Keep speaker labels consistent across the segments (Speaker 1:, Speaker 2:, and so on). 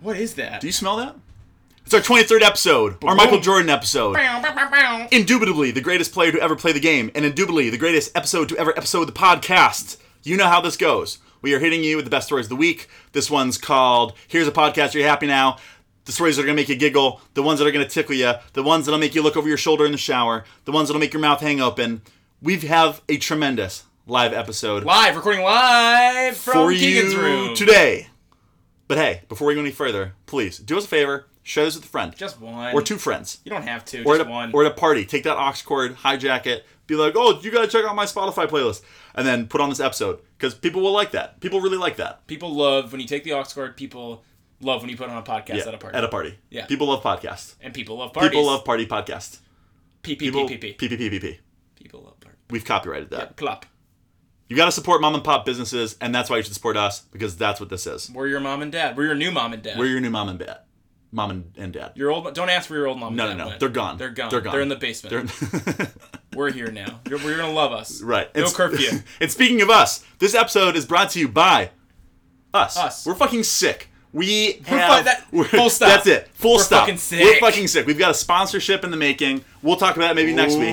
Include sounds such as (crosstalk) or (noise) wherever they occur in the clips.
Speaker 1: What is that?
Speaker 2: Do you smell that? It's our 23rd episode, our Michael Jordan episode. Indubitably the greatest player to ever play the game, and indubitably the greatest episode to ever episode the podcast. You know how this goes. We are hitting you with the best stories of the week. This one's called Here's a Podcast You're Happy Now. The stories that are going to make you giggle, the ones that are going to tickle you, the ones that'll make you look over your shoulder in the shower, the ones that'll make your mouth hang open. We have a tremendous live episode
Speaker 1: Live, recording live from
Speaker 2: for
Speaker 1: Keegan's
Speaker 2: you
Speaker 1: room.
Speaker 2: today. But hey, before we go any further, please do us a favor, share this with a friend
Speaker 1: Just one.
Speaker 2: or two friends.
Speaker 1: You don't have to.
Speaker 2: Or at,
Speaker 1: just
Speaker 2: a,
Speaker 1: one.
Speaker 2: or at a party, take that aux cord, hijack it, be like, "Oh, you gotta check out my Spotify playlist," and then put on this episode because people will like that. People really like that.
Speaker 1: people love when you take the aux cord. People love when you put on a podcast
Speaker 2: Yeah,
Speaker 1: at a party. Yeah.
Speaker 2: People love podcasts.
Speaker 1: and people love parties.
Speaker 2: People love party podcasts.
Speaker 1: P P
Speaker 2: People
Speaker 1: P P P.
Speaker 2: P P P P P.
Speaker 1: People love parties.
Speaker 2: We've copyrighted that.
Speaker 1: Plop.
Speaker 2: You gotta support mom and pop businesses, and that's why you should support us because that's what this is.
Speaker 1: We're your mom and dad. We're your new mom and dad.
Speaker 2: We're your new mom and dad, mom and, and dad.
Speaker 1: your old. Don't ask for your old mom.
Speaker 2: no, no,
Speaker 1: and dad
Speaker 2: no.
Speaker 1: went.
Speaker 2: They're gone.
Speaker 1: They're gone.
Speaker 2: They're gone.
Speaker 1: They're in the basement.
Speaker 2: (laughs) They're-
Speaker 1: We're here
Speaker 2: (laughs)
Speaker 1: now. You're, you're gonna love us.
Speaker 2: Right.
Speaker 1: No
Speaker 2: And s- (laughs)
Speaker 1: curfew.
Speaker 2: and speaking of us, this episode is brought to you by us.
Speaker 1: Us.
Speaker 2: We're fucking sick. We
Speaker 1: We're
Speaker 2: have
Speaker 1: fu- that-
Speaker 2: (laughs) we're-
Speaker 1: full stop.
Speaker 2: That's it. Full
Speaker 1: We're
Speaker 2: stop.
Speaker 1: fucking sick.
Speaker 2: We're fucking sick. We've got a sponsorship in the making. We'll talk about it maybe next week.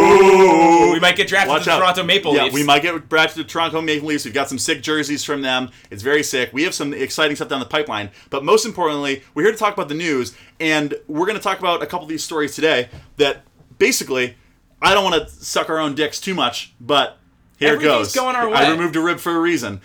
Speaker 1: we might get drafted
Speaker 2: Watch
Speaker 1: to the
Speaker 2: out.
Speaker 1: Toronto Maple
Speaker 2: yeah,
Speaker 1: Leafs.
Speaker 2: we might get back to the Toronto Maple Leafs. We've got some sick jerseys from them. It's very sick. We have some exciting stuff down the pipeline. But most importantly, we're here to talk about the news, and we're going to talk about a couple of these stories today that basically, I don't want to suck our own dicks too much, but here it
Speaker 1: Everything's
Speaker 2: goes.
Speaker 1: going our
Speaker 2: I
Speaker 1: way.
Speaker 2: removed a rib for a reason.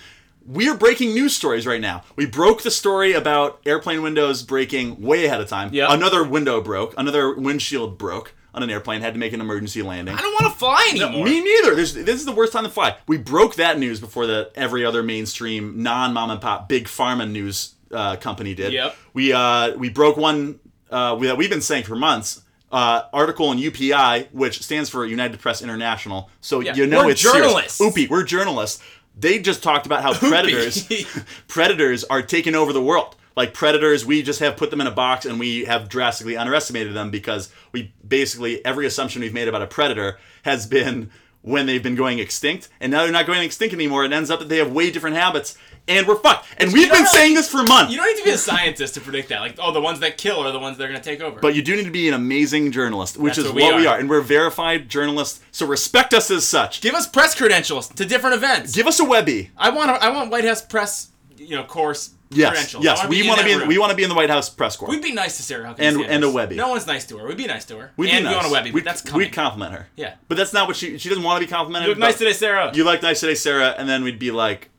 Speaker 2: We are breaking news stories right now. We broke the story about airplane windows breaking way ahead of time.
Speaker 1: Yep.
Speaker 2: Another window broke. Another windshield broke on an airplane. Had to make an emergency landing.
Speaker 1: I don't want to fly anymore.
Speaker 2: Me neither. There's, this is the worst time to fly. We broke that news before the every other mainstream non mom and pop big pharma news uh, company did.
Speaker 1: Yep.
Speaker 2: We uh, we broke one uh, we- that we've been saying for months. Uh, article in UPI, which stands for United Press International, so you know
Speaker 1: We're
Speaker 2: it's serious.
Speaker 1: journalists.
Speaker 2: Oopie, we're journalists. They just talked about how predators (laughs) predators are taking over the world. Like predators, we just have put them in a box and we have drastically underestimated them because we basically every assumption we've made about a predator has been when they've been going extinct, and now they're not going extinct anymore. It ends up that they have way different habits, and we're fucked. And we've
Speaker 1: don't
Speaker 2: been
Speaker 1: really-
Speaker 2: saying this for months.
Speaker 1: You don't need to be a scientist to predict that. Like, oh, the ones that kill are the ones that are gonna take over.
Speaker 2: but you do need to be an amazing journalist, which
Speaker 1: That's
Speaker 2: is
Speaker 1: what we
Speaker 2: what we
Speaker 1: are.
Speaker 2: are, and we're verified journalists. So respect us as such. Give,
Speaker 1: give us press credentials to different events.
Speaker 2: us a Webby.
Speaker 1: I want a, I want White House press, you know, course
Speaker 2: Yes,
Speaker 1: credentials. I
Speaker 2: yes. We want to be.
Speaker 1: that
Speaker 2: In,
Speaker 1: room.
Speaker 2: we want to be in the White House press corps.
Speaker 1: We'd be nice to Sarah Huckabee
Speaker 2: And-
Speaker 1: Sanders.
Speaker 2: and a Webby.
Speaker 1: No one's nice to her. We'd be nice to her.
Speaker 2: We'd be
Speaker 1: and
Speaker 2: nice.
Speaker 1: we want a Webby. but
Speaker 2: We'd-
Speaker 1: that's coming.
Speaker 2: We'd compliment her.
Speaker 1: Yeah.
Speaker 2: But that's not what she. She doesn't want to be complimented.
Speaker 1: you look nice
Speaker 2: but
Speaker 1: today, Sarah.
Speaker 2: You look nice today, Sarah, and then we'd be like,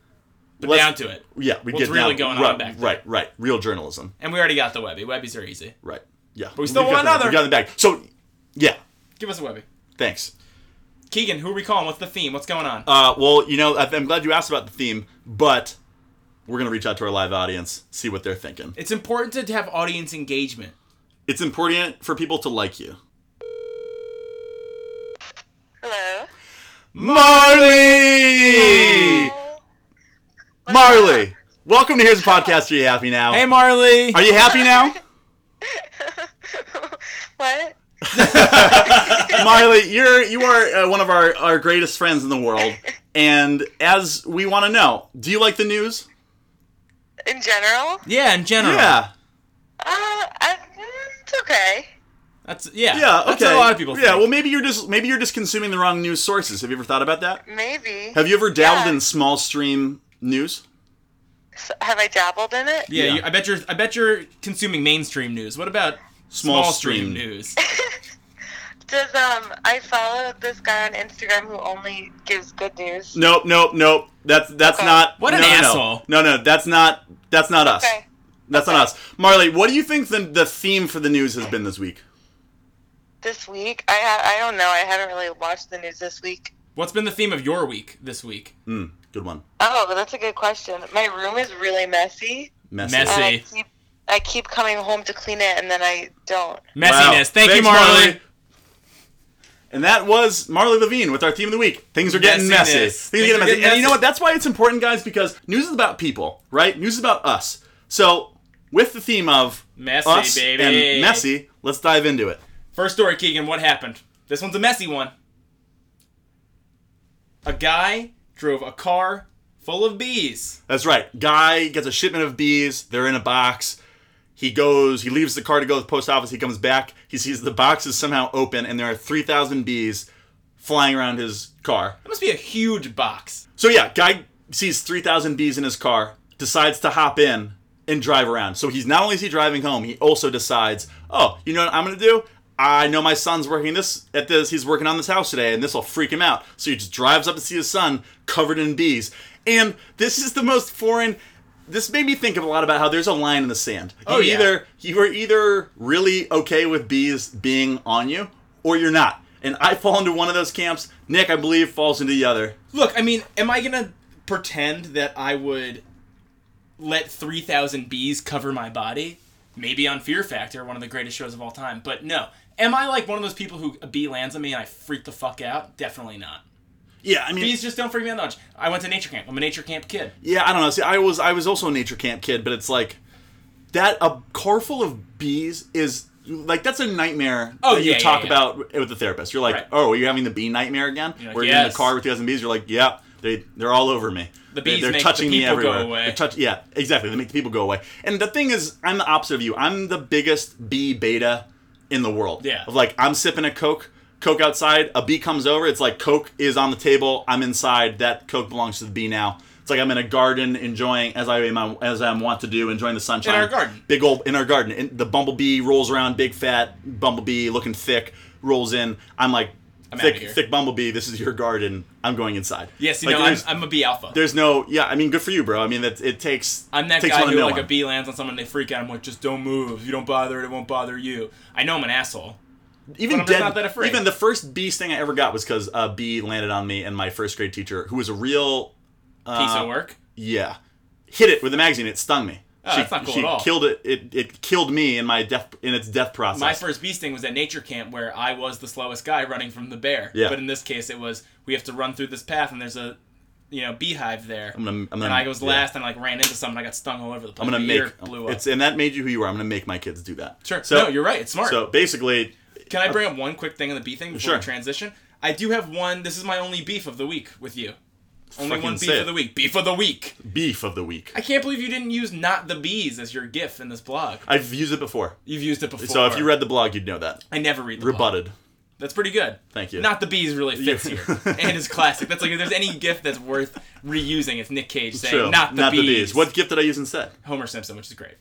Speaker 2: let's-
Speaker 1: down to it.
Speaker 2: Yeah, we'd
Speaker 1: What's
Speaker 2: get
Speaker 1: really
Speaker 2: down.
Speaker 1: going on
Speaker 2: right,
Speaker 1: back there.
Speaker 2: Right, right. Real journalism.
Speaker 1: And we already got the Webby. Webbies are easy.
Speaker 2: Right. Yeah. But
Speaker 1: we still want another.
Speaker 2: We got them back. So, yeah.
Speaker 1: Give us a Webby.
Speaker 2: Thanks.
Speaker 1: Keegan, who are we calling? What's the theme? What's going on?
Speaker 2: Uh, well, you know, I- I'm glad you asked about the theme, but we're gonna reach out to our live audience, see what they're thinking.
Speaker 1: it's important to have audience engagement.
Speaker 2: It's important for people to like you.
Speaker 3: Hello.
Speaker 2: Marley. Marley, welcome to Here's a Podcast. Are you happy now?
Speaker 1: Hey, Marley.
Speaker 2: Oh. Are you happy now?
Speaker 3: what?
Speaker 2: Marley, you're you are uh, one of our, our greatest friends in the world, and as we want to know, do you like the news?
Speaker 3: In general?
Speaker 1: yeah, in general.
Speaker 2: Yeah,
Speaker 3: Uh, I, mm, it's okay.
Speaker 1: That's yeah.
Speaker 2: yeah, okay.
Speaker 1: That's what a lot of people.
Speaker 2: Yeah,
Speaker 1: think.
Speaker 2: well, maybe you're just maybe you're just consuming the wrong news sources. Have you ever thought about that?
Speaker 3: Maybe.
Speaker 2: Have you ever dabbled
Speaker 3: Yeah.
Speaker 2: in small stream news?
Speaker 3: S- have I dabbled in it?
Speaker 1: Yeah,
Speaker 2: Yeah.
Speaker 1: You, I bet you're. I bet you're consuming mainstream news. What about
Speaker 2: Small stream. (laughs)
Speaker 1: news?
Speaker 3: Does um I follow this guy on Instagram who only gives good news?
Speaker 2: Nope, nope, nope. That's that's
Speaker 3: Okay.
Speaker 2: not.
Speaker 1: What an
Speaker 2: no, no, no.
Speaker 1: asshole.
Speaker 2: No, no, that's not that's not us.
Speaker 3: Okay.
Speaker 2: That's not us. Marley, what do you think the the theme for the news has been this week?
Speaker 3: This week? I ha- I don't know. I haven't really watched the news this week.
Speaker 1: What's been the theme of your week this week?
Speaker 2: Mm, good one.
Speaker 3: Oh, that's a good question. My room is really messy.
Speaker 2: Messy.
Speaker 1: Messy.
Speaker 3: And I
Speaker 1: See.
Speaker 3: keep I keep coming home to clean it and then I don't.
Speaker 1: Messiness.
Speaker 2: Wow.
Speaker 1: E Thank you,
Speaker 2: Thanks,
Speaker 1: Marley.
Speaker 2: And that was Marley Levine with our theme of the week. Things are getting
Speaker 1: Messiness.
Speaker 2: messy. Things, are getting messy.
Speaker 1: getting
Speaker 2: And you know
Speaker 1: messy.
Speaker 2: what? That's why it's important, guys, because news is about people, right? News is about us. So, with the theme of
Speaker 1: Messy,
Speaker 2: us
Speaker 1: baby.
Speaker 2: and messy, let's dive into it.
Speaker 1: First story, Keegan. What happened? This one's a messy one. A guy drove a car full of bees.
Speaker 2: That's right. Guy gets a shipment of bees. They're in a box. He goes, he leaves the car to go to the post office. He comes back. He sees the box is somehow open and there are 3,000 bees flying around his car.
Speaker 1: That must be a huge box.
Speaker 2: So yeah, guy sees 3,000 bees in his car, decides to hop in and drive around. So he's not only is he driving home, he also decides, oh, you know what I'm gonna do? I know my son's working this at this. He's working on this house today, and this will freak him out. So he just drives up to see his son covered in bees. And this is the most foreign. This made me think of a lot about how there's a line in the sand. You
Speaker 1: Oh, yeah.
Speaker 2: either you are either really okay with bees being on you, or you're not. And I fall into one of those camps. Nick, I believe, falls into the other.
Speaker 1: Look, I mean, am I gonna pretend that I would let 3,000 bees cover my body? Maybe on Fear Factor, one of the greatest shows of all time, but no. Am I like one of those people who a bee lands on me and I freak the fuck out? Definitely not.
Speaker 2: Yeah, I mean,
Speaker 1: Bees just don't freak me out that much. I went to nature camp. I'm a nature camp kid.
Speaker 2: Yeah, I don't know. See, I was I was also a nature camp kid, but it's like that a car full of bees is like that's a nightmare
Speaker 1: Oh,
Speaker 2: that you
Speaker 1: yeah,
Speaker 2: talk
Speaker 1: yeah, yeah.
Speaker 2: about with the therapist. You're like,
Speaker 1: Right.
Speaker 2: oh, are you having the bee nightmare again?
Speaker 1: You're like,
Speaker 2: Where you're in the
Speaker 1: yes.
Speaker 2: car with two thousand bees. You're like, yeah, they they're all over me.
Speaker 1: The
Speaker 2: They-
Speaker 1: bees
Speaker 2: they're
Speaker 1: make the
Speaker 2: touching me
Speaker 1: people go
Speaker 2: everywhere.
Speaker 1: away.
Speaker 2: They touch, yeah, exactly. They make the people go away. And the thing is, I'm the opposite of you. I'm the biggest bee beta in the world.
Speaker 1: Yeah.
Speaker 2: Of like, I'm sipping a Coke. Coke outside, a bee comes over. It's like Coke is on the table. I'm inside. That Coke belongs to the bee now. It's like I'm in a garden, enjoying as I am as I'm wont to do, enjoying the sunshine.
Speaker 1: In our garden.
Speaker 2: big old in our garden. And the bumblebee rolls around, big fat bumblebee, looking thick, rolls in. I'm like
Speaker 1: I'm outta
Speaker 2: thick,
Speaker 1: here.
Speaker 2: thick bumblebee. This is your garden. I'm going inside.
Speaker 1: Yes, you
Speaker 2: Like,
Speaker 1: know, I'm,
Speaker 2: there's-
Speaker 1: I'm a bee alpha.
Speaker 2: there's no, yeah. I mean, good for you, bro. I mean, that it takes.
Speaker 1: I'm that
Speaker 2: takes
Speaker 1: guy
Speaker 2: one to
Speaker 1: who
Speaker 2: know
Speaker 1: like
Speaker 2: one.
Speaker 1: a bee lands on someone and they freak out. I'm like, just don't move. You don't bother it, it won't bother you. I know I'm an asshole.
Speaker 2: even
Speaker 1: But I'm just
Speaker 2: dead,
Speaker 1: not that afraid.
Speaker 2: even the first bee sting I ever got was because a bee landed on me, and my first grade teacher, who was a real,
Speaker 1: Piece
Speaker 2: uh,
Speaker 1: of work.
Speaker 2: yeah, hit it with a magazine. It stung me.
Speaker 1: Oh,
Speaker 2: she
Speaker 1: that's not cool
Speaker 2: she
Speaker 1: at all.
Speaker 2: killed it, it. It killed me in my death in its death process.
Speaker 1: My first bee sting was at nature camp where I was the slowest guy running from the bear.
Speaker 2: Yeah.
Speaker 1: But in this case, it was we have to run through this path and there's a, you know, beehive there.
Speaker 2: I'm gonna, I'm gonna,
Speaker 1: and I was
Speaker 2: yeah.
Speaker 1: last and like ran into something. I got stung all over the place.
Speaker 2: I'm gonna
Speaker 1: My
Speaker 2: make
Speaker 1: ear blew up.
Speaker 2: it's and that made you who you are. I'm gonna make my kids do that.
Speaker 1: sure.
Speaker 2: So
Speaker 1: no, you're right. It's smart.
Speaker 2: So basically,
Speaker 1: Can I bring up one quick thing on the bee thing before
Speaker 2: Uh, Sure.
Speaker 1: we transition? I do have one. This is my only beef of the week with you. Only
Speaker 2: Fucking
Speaker 1: one
Speaker 2: say
Speaker 1: beef
Speaker 2: it.
Speaker 1: of the week. Beef of the week.
Speaker 2: beef of the week.
Speaker 1: I can't believe you didn't use not the bees as your gif in this blog.
Speaker 2: I've used it before.
Speaker 1: You've used it before.
Speaker 2: So if you read the blog, you'd know that.
Speaker 1: I never read the blog.
Speaker 2: Rebutted.
Speaker 1: That's pretty good.
Speaker 2: Thank you.
Speaker 1: Not the bees really fits
Speaker 2: You-
Speaker 1: here,
Speaker 2: (laughs)
Speaker 1: and it's classic. That's like if there's any gift that's worth reusing, it's Nick Cage saying
Speaker 2: True.
Speaker 1: not the bees.
Speaker 2: What gift did I use instead?
Speaker 1: Homer Simpson, which is great.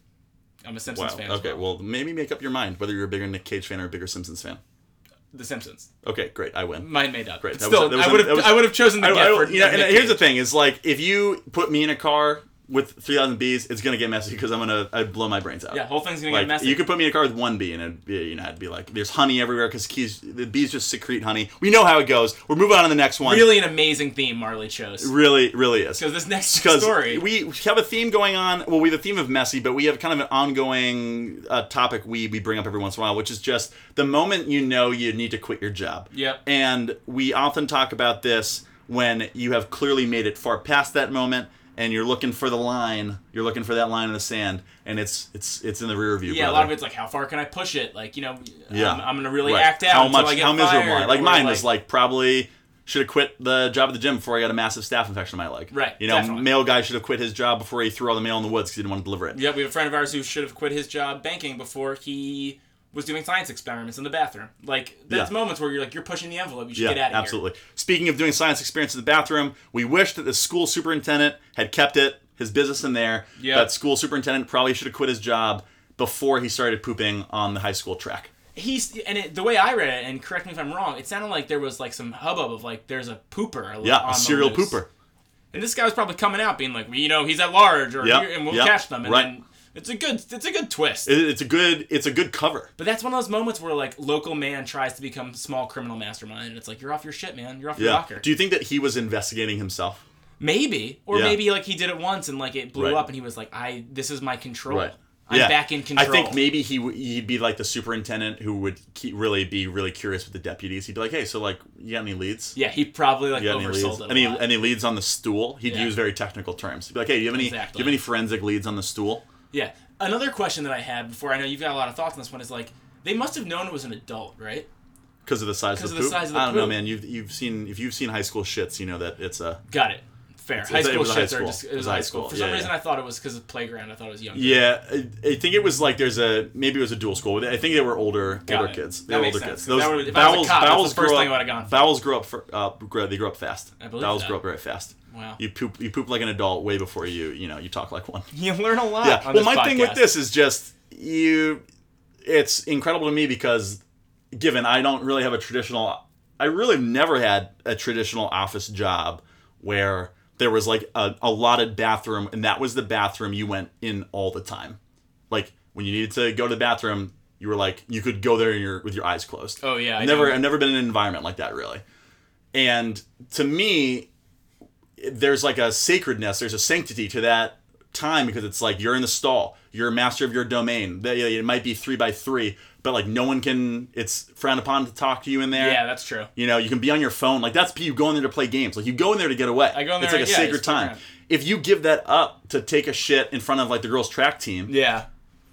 Speaker 1: I'm a Simpsons
Speaker 2: Wow.
Speaker 1: fan. as
Speaker 2: Okay. Well, maybe make up your mind whether you're a bigger Nick Cage fan or a bigger Simpsons fan.
Speaker 1: The Simpsons.
Speaker 2: Okay. Great. I win.
Speaker 1: Mine made up.
Speaker 2: Great.
Speaker 1: But
Speaker 2: That was-
Speaker 1: Still,
Speaker 2: that was-
Speaker 1: I would
Speaker 2: that
Speaker 1: have
Speaker 2: was-
Speaker 1: I would have chosen the
Speaker 2: I,
Speaker 1: gift
Speaker 2: I,
Speaker 1: for
Speaker 2: you know,
Speaker 1: Nick
Speaker 2: and here's
Speaker 1: Cage.
Speaker 2: the thing: is like if you put me in a car with 3,000 bees, it's gonna get messy because I'm gonna I blow my brains out.
Speaker 1: Yeah, whole thing's gonna
Speaker 2: Like
Speaker 1: get messy.
Speaker 2: you could put me in a car with one bee, and it'd be, you know, I'd be like, "There's honey everywhere because the bees just secrete honey." We know how it goes. We're moving on to the next one.
Speaker 1: really an amazing theme Marley chose.
Speaker 2: really, really is
Speaker 1: Because this next
Speaker 2: because
Speaker 1: story,
Speaker 2: we have a theme going on. Well, we have a theme of messy, but we have kind of an ongoing uh, topic we we bring up every once in a while, which is just the moment you know you need to quit your job.
Speaker 1: Yep.
Speaker 2: And we often talk about this when you have clearly made it far past that moment, and you're looking for the line. You're looking for that line in the sand, and it's it's it's in the rear view.
Speaker 1: yeah, a
Speaker 2: brother.
Speaker 1: lot of it's like how far can I push it? Like you know,
Speaker 2: Yeah.
Speaker 1: I'm, I'm gonna really
Speaker 2: Right.
Speaker 1: act out.
Speaker 2: How
Speaker 1: until
Speaker 2: much?
Speaker 1: I get
Speaker 2: how miserable? am I?
Speaker 1: fired,
Speaker 2: Like
Speaker 1: or,
Speaker 2: mine was like probably should have quit the job at the gym before I got a massive staph infection in my leg.
Speaker 1: Right,
Speaker 2: You know,
Speaker 1: definitely.
Speaker 2: male guy should have quit his job before he threw all the mail in the woods because he didn't want to deliver it.
Speaker 1: Yeah, we have a friend of ours who should have quit his job banking before he was doing science experiments in the bathroom. Like that's
Speaker 2: Yeah.
Speaker 1: moments where you're like you're pushing the envelope. You should
Speaker 2: Yeah,
Speaker 1: get out of
Speaker 2: absolutely. Speaking of doing science experiments in the bathroom, we wish that the school superintendent had kept it, his business in there.
Speaker 1: Yeah.
Speaker 2: That school superintendent probably should have quit his job before he started pooping on the high school track.
Speaker 1: here. He's and it, the way I read it, and correct me if I'm wrong, it sounded like there was like some hubbub of like there's a pooper. al-
Speaker 2: Yeah,
Speaker 1: on
Speaker 2: a
Speaker 1: the
Speaker 2: serial
Speaker 1: loose.
Speaker 2: pooper.
Speaker 1: And this guy was probably coming out being like, well, you know, he's at large, or
Speaker 2: Yeah,
Speaker 1: "Here- and we'll
Speaker 2: yeah,
Speaker 1: catch them. And
Speaker 2: right.
Speaker 1: then it's a good it's a good twist.
Speaker 2: It, it's a good. It's a good cover.
Speaker 1: But that's one of those moments where like local man tries to become small criminal mastermind, and it's like you're off your shit, man. You're off your
Speaker 2: Yeah.
Speaker 1: rocker.
Speaker 2: Do you think that he was investigating himself?
Speaker 1: maybe, or
Speaker 2: Yeah.
Speaker 1: maybe like he did it once and like it blew
Speaker 2: Right.
Speaker 1: up, and he was like, "I this is my control.
Speaker 2: Right.
Speaker 1: I'm
Speaker 2: Yeah.
Speaker 1: back in control."
Speaker 2: I think maybe he w- he'd be like the superintendent who would keep, really be really curious with the deputies. He'd be like, "Hey, so like, you got any leads?
Speaker 1: Yeah, he probably like
Speaker 2: You got any leads?
Speaker 1: oversold it.
Speaker 2: Any
Speaker 1: a lot.
Speaker 2: any leads on the stool?" He'd
Speaker 1: Yeah.
Speaker 2: use very technical terms. He'd be like, "Hey, do you have any
Speaker 1: Exactly.
Speaker 2: do you have any forensic leads on the stool?"
Speaker 1: yeah. Another question that I had before, I know you've got a lot of thoughts on this one, is like they must have known it was an adult, right?
Speaker 2: Because of the size of
Speaker 1: 'Cause
Speaker 2: the
Speaker 1: of the
Speaker 2: poop.
Speaker 1: size of the
Speaker 2: I don't know,
Speaker 1: poop.
Speaker 2: man. You've you've seen if you've seen high school shits, you know that it's a
Speaker 1: Got it. Fair.
Speaker 2: It's-
Speaker 1: high
Speaker 2: it's- it
Speaker 1: school
Speaker 2: was high
Speaker 1: shits are
Speaker 2: school.
Speaker 1: just it was high school. For some
Speaker 2: yeah,
Speaker 1: reason,
Speaker 2: yeah.
Speaker 1: I thought it was because of playground. I thought it was younger.
Speaker 2: Yeah, I, I think it was like there's a maybe it was a dual school. I think they were older,
Speaker 1: Got
Speaker 2: older
Speaker 1: it.
Speaker 2: kids.
Speaker 1: That
Speaker 2: They were
Speaker 1: makes
Speaker 2: older
Speaker 1: sense,
Speaker 2: kids.
Speaker 1: 'cause that would've- if I was a cop, that's the first
Speaker 2: grew
Speaker 1: thing I
Speaker 2: up-
Speaker 1: would've gone for.
Speaker 2: Bowels grew up. For, uh, grow, they grew up fast.
Speaker 1: I believe
Speaker 2: bowels
Speaker 1: that.
Speaker 2: grew up very fast.
Speaker 1: Wow.
Speaker 2: You poop. You poop like an adult way before you. You know. You talk like one.
Speaker 1: (laughs) You learn a lot.
Speaker 2: Yeah.
Speaker 1: on
Speaker 2: well,
Speaker 1: this
Speaker 2: my thing with
Speaker 1: podcast.
Speaker 2: this is just you. It's incredible to me because, given I don't really have a traditional, I really have never had a traditional office job where there was like a a allotted bathroom and that was the bathroom you went in all the time. Like when you needed to go to the bathroom, you were like you could go there in your, with your eyes closed.
Speaker 1: Oh, yeah, I
Speaker 2: never.
Speaker 1: know.
Speaker 2: I've never been in an environment like that really. And to me, there's like a sacredness, there's a sanctity to that time because it's like you're in the stall, you're a master of your domain. They- It might be three by three, but like no one can. It's frowned upon to talk to you in there.
Speaker 1: Yeah, that's true.
Speaker 2: You know, you can be on your phone. Like that's you go in there to play games. Like you go in there to get away.
Speaker 1: I go in
Speaker 2: It's
Speaker 1: there-
Speaker 2: like a
Speaker 1: yeah,
Speaker 2: sacred
Speaker 1: it's program.
Speaker 2: time. If you give that up to take a shit in front of like the girls' track team,
Speaker 1: Yeah.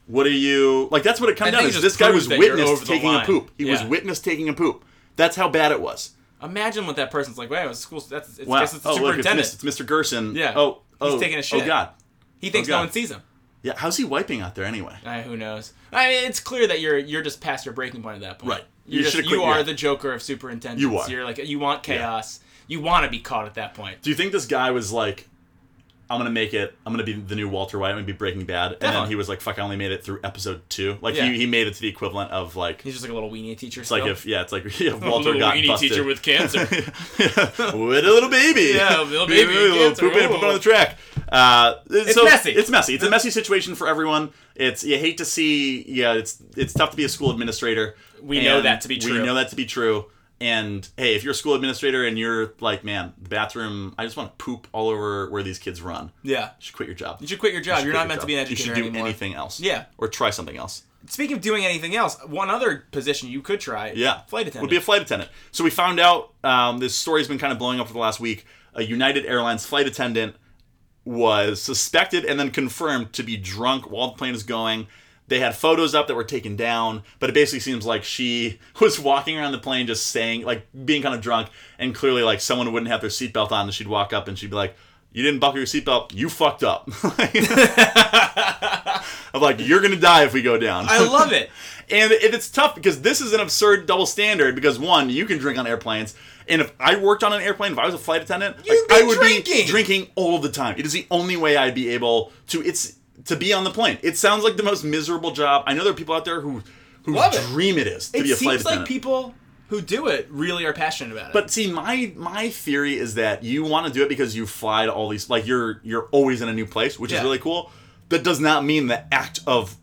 Speaker 2: what are you like? That's what it
Speaker 1: I
Speaker 2: comes down
Speaker 1: think it
Speaker 2: to. is
Speaker 1: just
Speaker 2: This guy
Speaker 1: proves
Speaker 2: was
Speaker 1: that you're
Speaker 2: witness
Speaker 1: over the
Speaker 2: taking a
Speaker 1: line.
Speaker 2: poop. He was
Speaker 1: Yeah.
Speaker 2: witness taking a poop. That's how bad it was.
Speaker 1: Imagine what that person's like. Wait, it was school. That's it's,
Speaker 2: Wow.
Speaker 1: guess it's the
Speaker 2: oh, look, it's,
Speaker 1: superintendent.
Speaker 2: Mis- it's Mr. Gerson.
Speaker 1: Yeah.
Speaker 2: Oh, oh,
Speaker 1: He's taking a shit.
Speaker 2: Oh God.
Speaker 1: he thinks
Speaker 2: oh,
Speaker 1: no
Speaker 2: God.
Speaker 1: one sees him.
Speaker 2: Yeah, how's he wiping out there anyway?
Speaker 1: Uh, who knows? I mean, it's clear that you're you're just past your breaking point at that point.
Speaker 2: Right.
Speaker 1: You're
Speaker 2: You
Speaker 1: just,
Speaker 2: should've
Speaker 1: you
Speaker 2: quit-
Speaker 1: are
Speaker 2: yeah.
Speaker 1: the Joker of superintendents.
Speaker 2: You are.
Speaker 1: You're like you want chaos. You want to be caught at that point.
Speaker 2: Do you think this guy was like, I'm gonna make it. I'm gonna be the new Walter White. I'm gonna be Breaking Bad. And then
Speaker 1: Definitely.
Speaker 2: he was like, fuck, I only made it through episode two. Like
Speaker 1: Yeah.
Speaker 2: he, he made it to the equivalent of like.
Speaker 1: He's just like a little weenie teacher.
Speaker 2: It's like if yeah, it's like (laughs)
Speaker 1: (laughs)
Speaker 2: yeah,
Speaker 1: a
Speaker 2: Walter
Speaker 1: little
Speaker 2: got
Speaker 1: weenie
Speaker 2: busted.
Speaker 1: teacher with
Speaker 2: (laughs)
Speaker 1: cancer.
Speaker 2: with a little baby.
Speaker 1: Yeah, a little baby with
Speaker 2: little
Speaker 1: cancer.
Speaker 2: poop in, poop
Speaker 1: Ooh.
Speaker 2: on the track. Uh, it's
Speaker 1: messy.
Speaker 2: It's messy. It's a messy situation for everyone. It's you hate to see. Yeah, it's it's tough to be a school administrator.
Speaker 1: We know
Speaker 2: And
Speaker 1: that to be
Speaker 2: We
Speaker 1: true.
Speaker 2: know that to be true. And hey, if you're a school administrator and you're like, man, the bathroom, I just want to poop all over where these kids run. You
Speaker 1: yeah,
Speaker 2: should quit your job.
Speaker 1: you should quit your job.
Speaker 2: should
Speaker 1: You're
Speaker 2: quit
Speaker 1: not
Speaker 2: your
Speaker 1: meant to
Speaker 2: job.
Speaker 1: be an
Speaker 2: You
Speaker 1: educator
Speaker 2: should do
Speaker 1: anymore.
Speaker 2: anything else.
Speaker 1: Yeah.
Speaker 2: Or try something else.
Speaker 1: Speaking of doing anything else, one other position you could try.
Speaker 2: Yeah.
Speaker 1: Flight attendant.
Speaker 2: Would be a flight attendant. So we found out um, this story's been kind of blowing up for the last week. A United Airlines flight attendant was suspected and then confirmed to be drunk while the plane was going. They had photos up that were taken down, but it basically seems like she (laughs) was walking around the plane just saying, like, being kind of drunk, and clearly, like, someone wouldn't have their seatbelt on, and she'd walk up and she'd be like, You didn't buckle your seatbelt, you fucked up. (laughs) I'm like, You're gonna die if we go down.
Speaker 1: I love
Speaker 2: (laughs)
Speaker 1: it.
Speaker 2: And it- it's tough because this is an absurd double standard. Because one, you can drink on airplanes, and if I worked on an airplane, if I was a flight attendant, like,
Speaker 1: You'd be
Speaker 2: I would be
Speaker 1: drinking!
Speaker 2: drinking all the time. It is the only way I'd be able to. It's to be on the plane. It sounds like the most miserable job. I know there are people out there who whose
Speaker 1: Love it.
Speaker 2: dream it is to
Speaker 1: It
Speaker 2: be a flight
Speaker 1: seems
Speaker 2: attendant.
Speaker 1: like people who do it really are passionate about it.
Speaker 2: But see, my my theory is that you want to do it because you fly to all these like you're you're always in a new place, which is
Speaker 1: Yeah.
Speaker 2: really cool. That does not mean the act of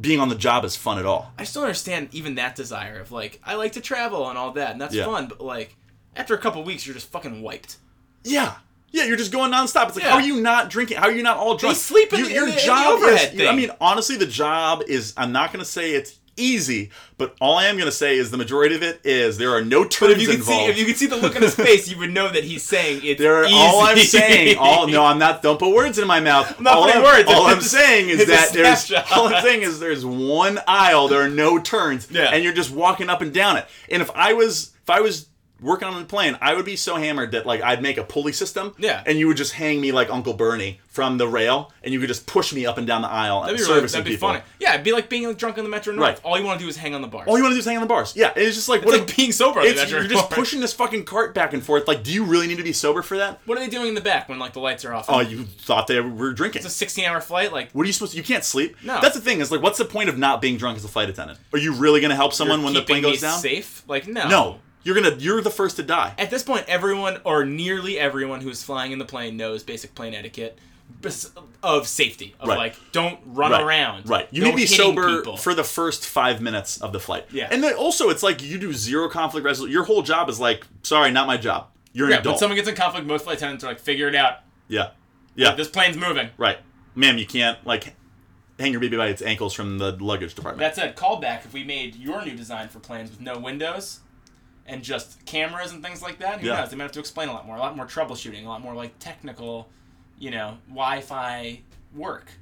Speaker 2: being on the job is fun at all.
Speaker 1: I just don't understand even that desire of like I like to travel and all that, and that's
Speaker 2: Yeah.
Speaker 1: fun. But like after a couple weeks, you're just fucking wiped.
Speaker 2: Yeah. Yeah, you're just going nonstop. It's like,
Speaker 1: Yeah.
Speaker 2: how are you not drinking? How are you not all drunk?
Speaker 1: sleep in
Speaker 2: You-
Speaker 1: the- in the- in the overhead
Speaker 2: you- I
Speaker 1: thing.
Speaker 2: mean, honestly, the job is. I'm not gonna say it's easy, but all I am gonna say is the majority of it is there are no terms
Speaker 1: If you could see,
Speaker 2: involved.
Speaker 1: if you could see the look (laughs) on his face, you would know that he's saying it's
Speaker 2: there are, all I'm
Speaker 1: easy.
Speaker 2: saying,
Speaker 1: (laughs)
Speaker 2: all no, I'm not. Don't put words in my mouth.
Speaker 1: not
Speaker 2: all
Speaker 1: putting
Speaker 2: I'm,
Speaker 1: words.
Speaker 2: All
Speaker 1: It's (laughs)
Speaker 2: I'm
Speaker 1: just-
Speaker 2: saying is
Speaker 1: it's a
Speaker 2: that there's
Speaker 1: snapshot.
Speaker 2: all I'm saying is there's one aisle. There are no turns,
Speaker 1: Yeah.
Speaker 2: and you're just walking up and down it. And if I was if I was working on the plane, I would be so hammered that like I'd make a pulley system,
Speaker 1: Yeah.
Speaker 2: and you would just hang me like Uncle Bernie from the rail, and you could just push me up and down the aisle
Speaker 1: That'd
Speaker 2: and
Speaker 1: be, really,
Speaker 2: servicing
Speaker 1: that'd be
Speaker 2: people.
Speaker 1: funny. Yeah, it'd be like being drunk on the Metro North.
Speaker 2: Right.
Speaker 1: All you want to do is hang on the bar.
Speaker 2: All you want to do is hang on the bars. Yeah, and it's just like
Speaker 1: it's
Speaker 2: what
Speaker 1: like
Speaker 2: a-
Speaker 1: being sober on the
Speaker 2: it's,
Speaker 1: Metro
Speaker 2: you're
Speaker 1: North.
Speaker 2: just pushing this fucking cart back and forth. Like, do you really need to be sober for that?
Speaker 1: What are they doing in the back when like the lights are off?
Speaker 2: Oh, you thought they were drinking.
Speaker 1: it's a 16 hour flight. Like
Speaker 2: What are you supposed to? You can't sleep.
Speaker 1: No.
Speaker 2: That's the thing. Is like, what's the point of not being drunk as a flight attendant? Are you really gonna help someone
Speaker 1: you're
Speaker 2: when the plane
Speaker 1: keeping
Speaker 2: goes
Speaker 1: me
Speaker 2: down?
Speaker 1: Safe? Like no.
Speaker 2: No, you're gonna. You're the first to die.
Speaker 1: At this point, everyone or nearly everyone who's flying in the plane knows basic plane etiquette bes- of safety. Of
Speaker 2: Right.
Speaker 1: like, don't run
Speaker 2: right.
Speaker 1: around.
Speaker 2: Right. You
Speaker 1: no
Speaker 2: need to be
Speaker 1: hitting
Speaker 2: sober
Speaker 1: people.
Speaker 2: for the first five minutes of the flight.
Speaker 1: Yeah.
Speaker 2: And then also, it's like you do zero conflict resolution. Your whole job is like, sorry, not my job. You're an
Speaker 1: Yeah, when
Speaker 2: adult.
Speaker 1: someone gets in conflict, most flight attendants are like, figure it out.
Speaker 2: yeah. Yeah.
Speaker 1: This plane's moving.
Speaker 2: right, ma'am. You can't like hang your baby by its ankles from the luggage department.
Speaker 1: That said, callback if we made your new design for planes with no windows and just cameras and things like that, who
Speaker 2: Yeah.
Speaker 1: knows? They might have to explain a lot more, a lot more troubleshooting, a lot more like technical, you know, Wi Fi work.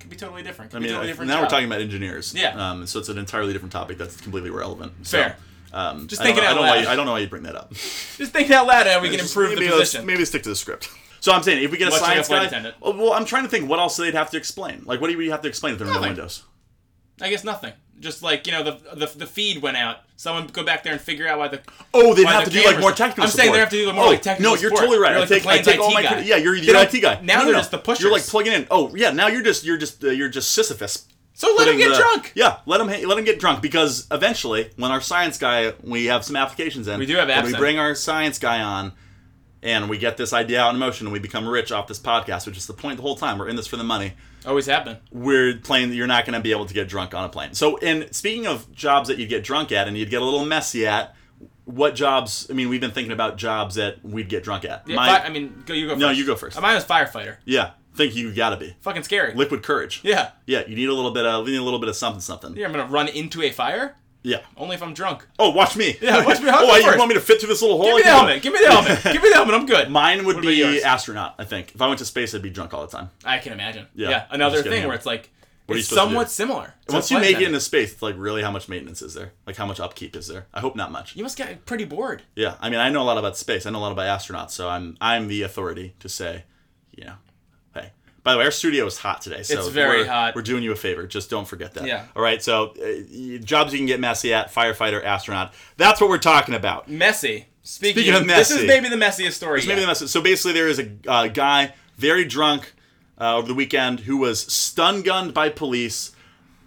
Speaker 1: Could be totally different. Could
Speaker 2: I
Speaker 1: be
Speaker 2: mean,
Speaker 1: totally
Speaker 2: like,
Speaker 1: different
Speaker 2: now we're
Speaker 1: job.
Speaker 2: talking about engineers.
Speaker 1: Yeah.
Speaker 2: Um, so it's an entirely different topic that's completely irrelevant. So,
Speaker 1: Fair.
Speaker 2: Um,
Speaker 1: Just
Speaker 2: I don't
Speaker 1: thinking
Speaker 2: know- I
Speaker 1: out
Speaker 2: don't know why
Speaker 1: loud.
Speaker 2: you- I don't know why you bring that up.
Speaker 1: Just think out loud and we can
Speaker 2: Just
Speaker 1: improve the
Speaker 2: maybe let's-
Speaker 1: position.
Speaker 2: Maybe stick to the script. So I'm saying if we get a
Speaker 1: Much like a
Speaker 2: science
Speaker 1: flight
Speaker 2: guy,
Speaker 1: attendant.
Speaker 2: well, well, I'm trying to think what else they'd have to explain. Like, what do we have to explain if there are no
Speaker 1: Nothing.
Speaker 2: windows?
Speaker 1: I guess nothing. Just like you know, the the, the feed went out. Someone go back there and figure out why the.
Speaker 2: Oh, they'd
Speaker 1: why
Speaker 2: have
Speaker 1: the
Speaker 2: to do like
Speaker 1: cameras-
Speaker 2: more technical.
Speaker 1: I'm saying
Speaker 2: support.
Speaker 1: they have to do more
Speaker 2: Oh,
Speaker 1: like technical.
Speaker 2: No, you're
Speaker 1: support.
Speaker 2: totally right.
Speaker 1: You're
Speaker 2: I
Speaker 1: like
Speaker 2: take,
Speaker 1: the
Speaker 2: I
Speaker 1: plain
Speaker 2: take all my
Speaker 1: IT guy.
Speaker 2: credit- yeah. You're
Speaker 1: They
Speaker 2: the
Speaker 1: don't-
Speaker 2: IT guy.
Speaker 1: Now
Speaker 2: No, no,
Speaker 1: they're
Speaker 2: no.
Speaker 1: just the pushers.
Speaker 2: You're like plugging in. Oh yeah. Now you're just you're just uh, you're just cissifus.
Speaker 1: so let him
Speaker 2: putting
Speaker 1: get
Speaker 2: the-
Speaker 1: drunk.
Speaker 2: Yeah, let him ha- let him get drunk because eventually, when our science guy, we have some applications in.
Speaker 1: We do have
Speaker 2: when We
Speaker 1: apps in.
Speaker 2: bring our science guy on, and we get this idea out in motion, and we become rich off this podcast, which is the point the whole time. We're in this for the money.
Speaker 1: Always happen.
Speaker 2: We're playing. You're not going to be able to get drunk on a plane. So, and speaking of jobs that you'd get drunk at and you'd get a little messy at, what jobs? I mean, we've been thinking about jobs that we'd get drunk at.
Speaker 1: Yeah,
Speaker 2: My-
Speaker 1: fi- I mean, go you go. First.
Speaker 2: No, you go first.
Speaker 1: Mine was firefighter.
Speaker 2: yeah, think you got to be
Speaker 1: Fucking scary.
Speaker 2: liquid courage.
Speaker 1: yeah.
Speaker 2: Yeah, you need a little bit of you need a little bit of something something.
Speaker 1: Yeah, I'm gonna run into a fire.
Speaker 2: yeah.
Speaker 1: Only if I'm drunk.
Speaker 2: Oh, watch me.
Speaker 1: Yeah, watch me. I'll
Speaker 2: oh,
Speaker 1: go
Speaker 2: I- you
Speaker 1: first.
Speaker 2: want me to fit through this little hole?
Speaker 1: Give me the
Speaker 2: I
Speaker 1: helmet. Give
Speaker 2: can do it.
Speaker 1: me the
Speaker 2: (laughs)
Speaker 1: helmet. Give me the helmet. I'm good.
Speaker 2: Mine would
Speaker 1: What about
Speaker 2: be
Speaker 1: yours?
Speaker 2: astronaut, I think. If I went to space, I'd be drunk all the time.
Speaker 1: I can imagine.
Speaker 2: Yeah.
Speaker 1: Yeah. Another
Speaker 2: Just get
Speaker 1: thing
Speaker 2: him.
Speaker 1: where it's like
Speaker 2: are you
Speaker 1: it's
Speaker 2: supposed to
Speaker 1: somewhat
Speaker 2: do?
Speaker 1: similar. to
Speaker 2: Once
Speaker 1: a
Speaker 2: you
Speaker 1: flight
Speaker 2: make it
Speaker 1: attendant.
Speaker 2: into space, it's like really how much maintenance is there? Like how much upkeep is there? I hope not much.
Speaker 1: you must get pretty bored.
Speaker 2: Yeah, I mean, I know a lot about space. I know a lot about astronauts, so I'm I'm the authority to say, you know, hey. By the way, our studio is hot today, so
Speaker 1: It's very
Speaker 2: we're,
Speaker 1: hot.
Speaker 2: We're doing you a favor. Just don't forget that.
Speaker 1: Yeah.
Speaker 2: All right. So uh, y- jobs you can get messy at: firefighter, astronaut. That's what we're talking about.
Speaker 1: Messy. Speaking,
Speaker 2: Speaking
Speaker 1: of,
Speaker 2: of
Speaker 1: this
Speaker 2: messy.
Speaker 1: is maybe the messiest story.
Speaker 2: Maybe the
Speaker 1: yet.
Speaker 2: message. So basically, there is a uh, guy very drunk uh, over the weekend who was stun gunned by police.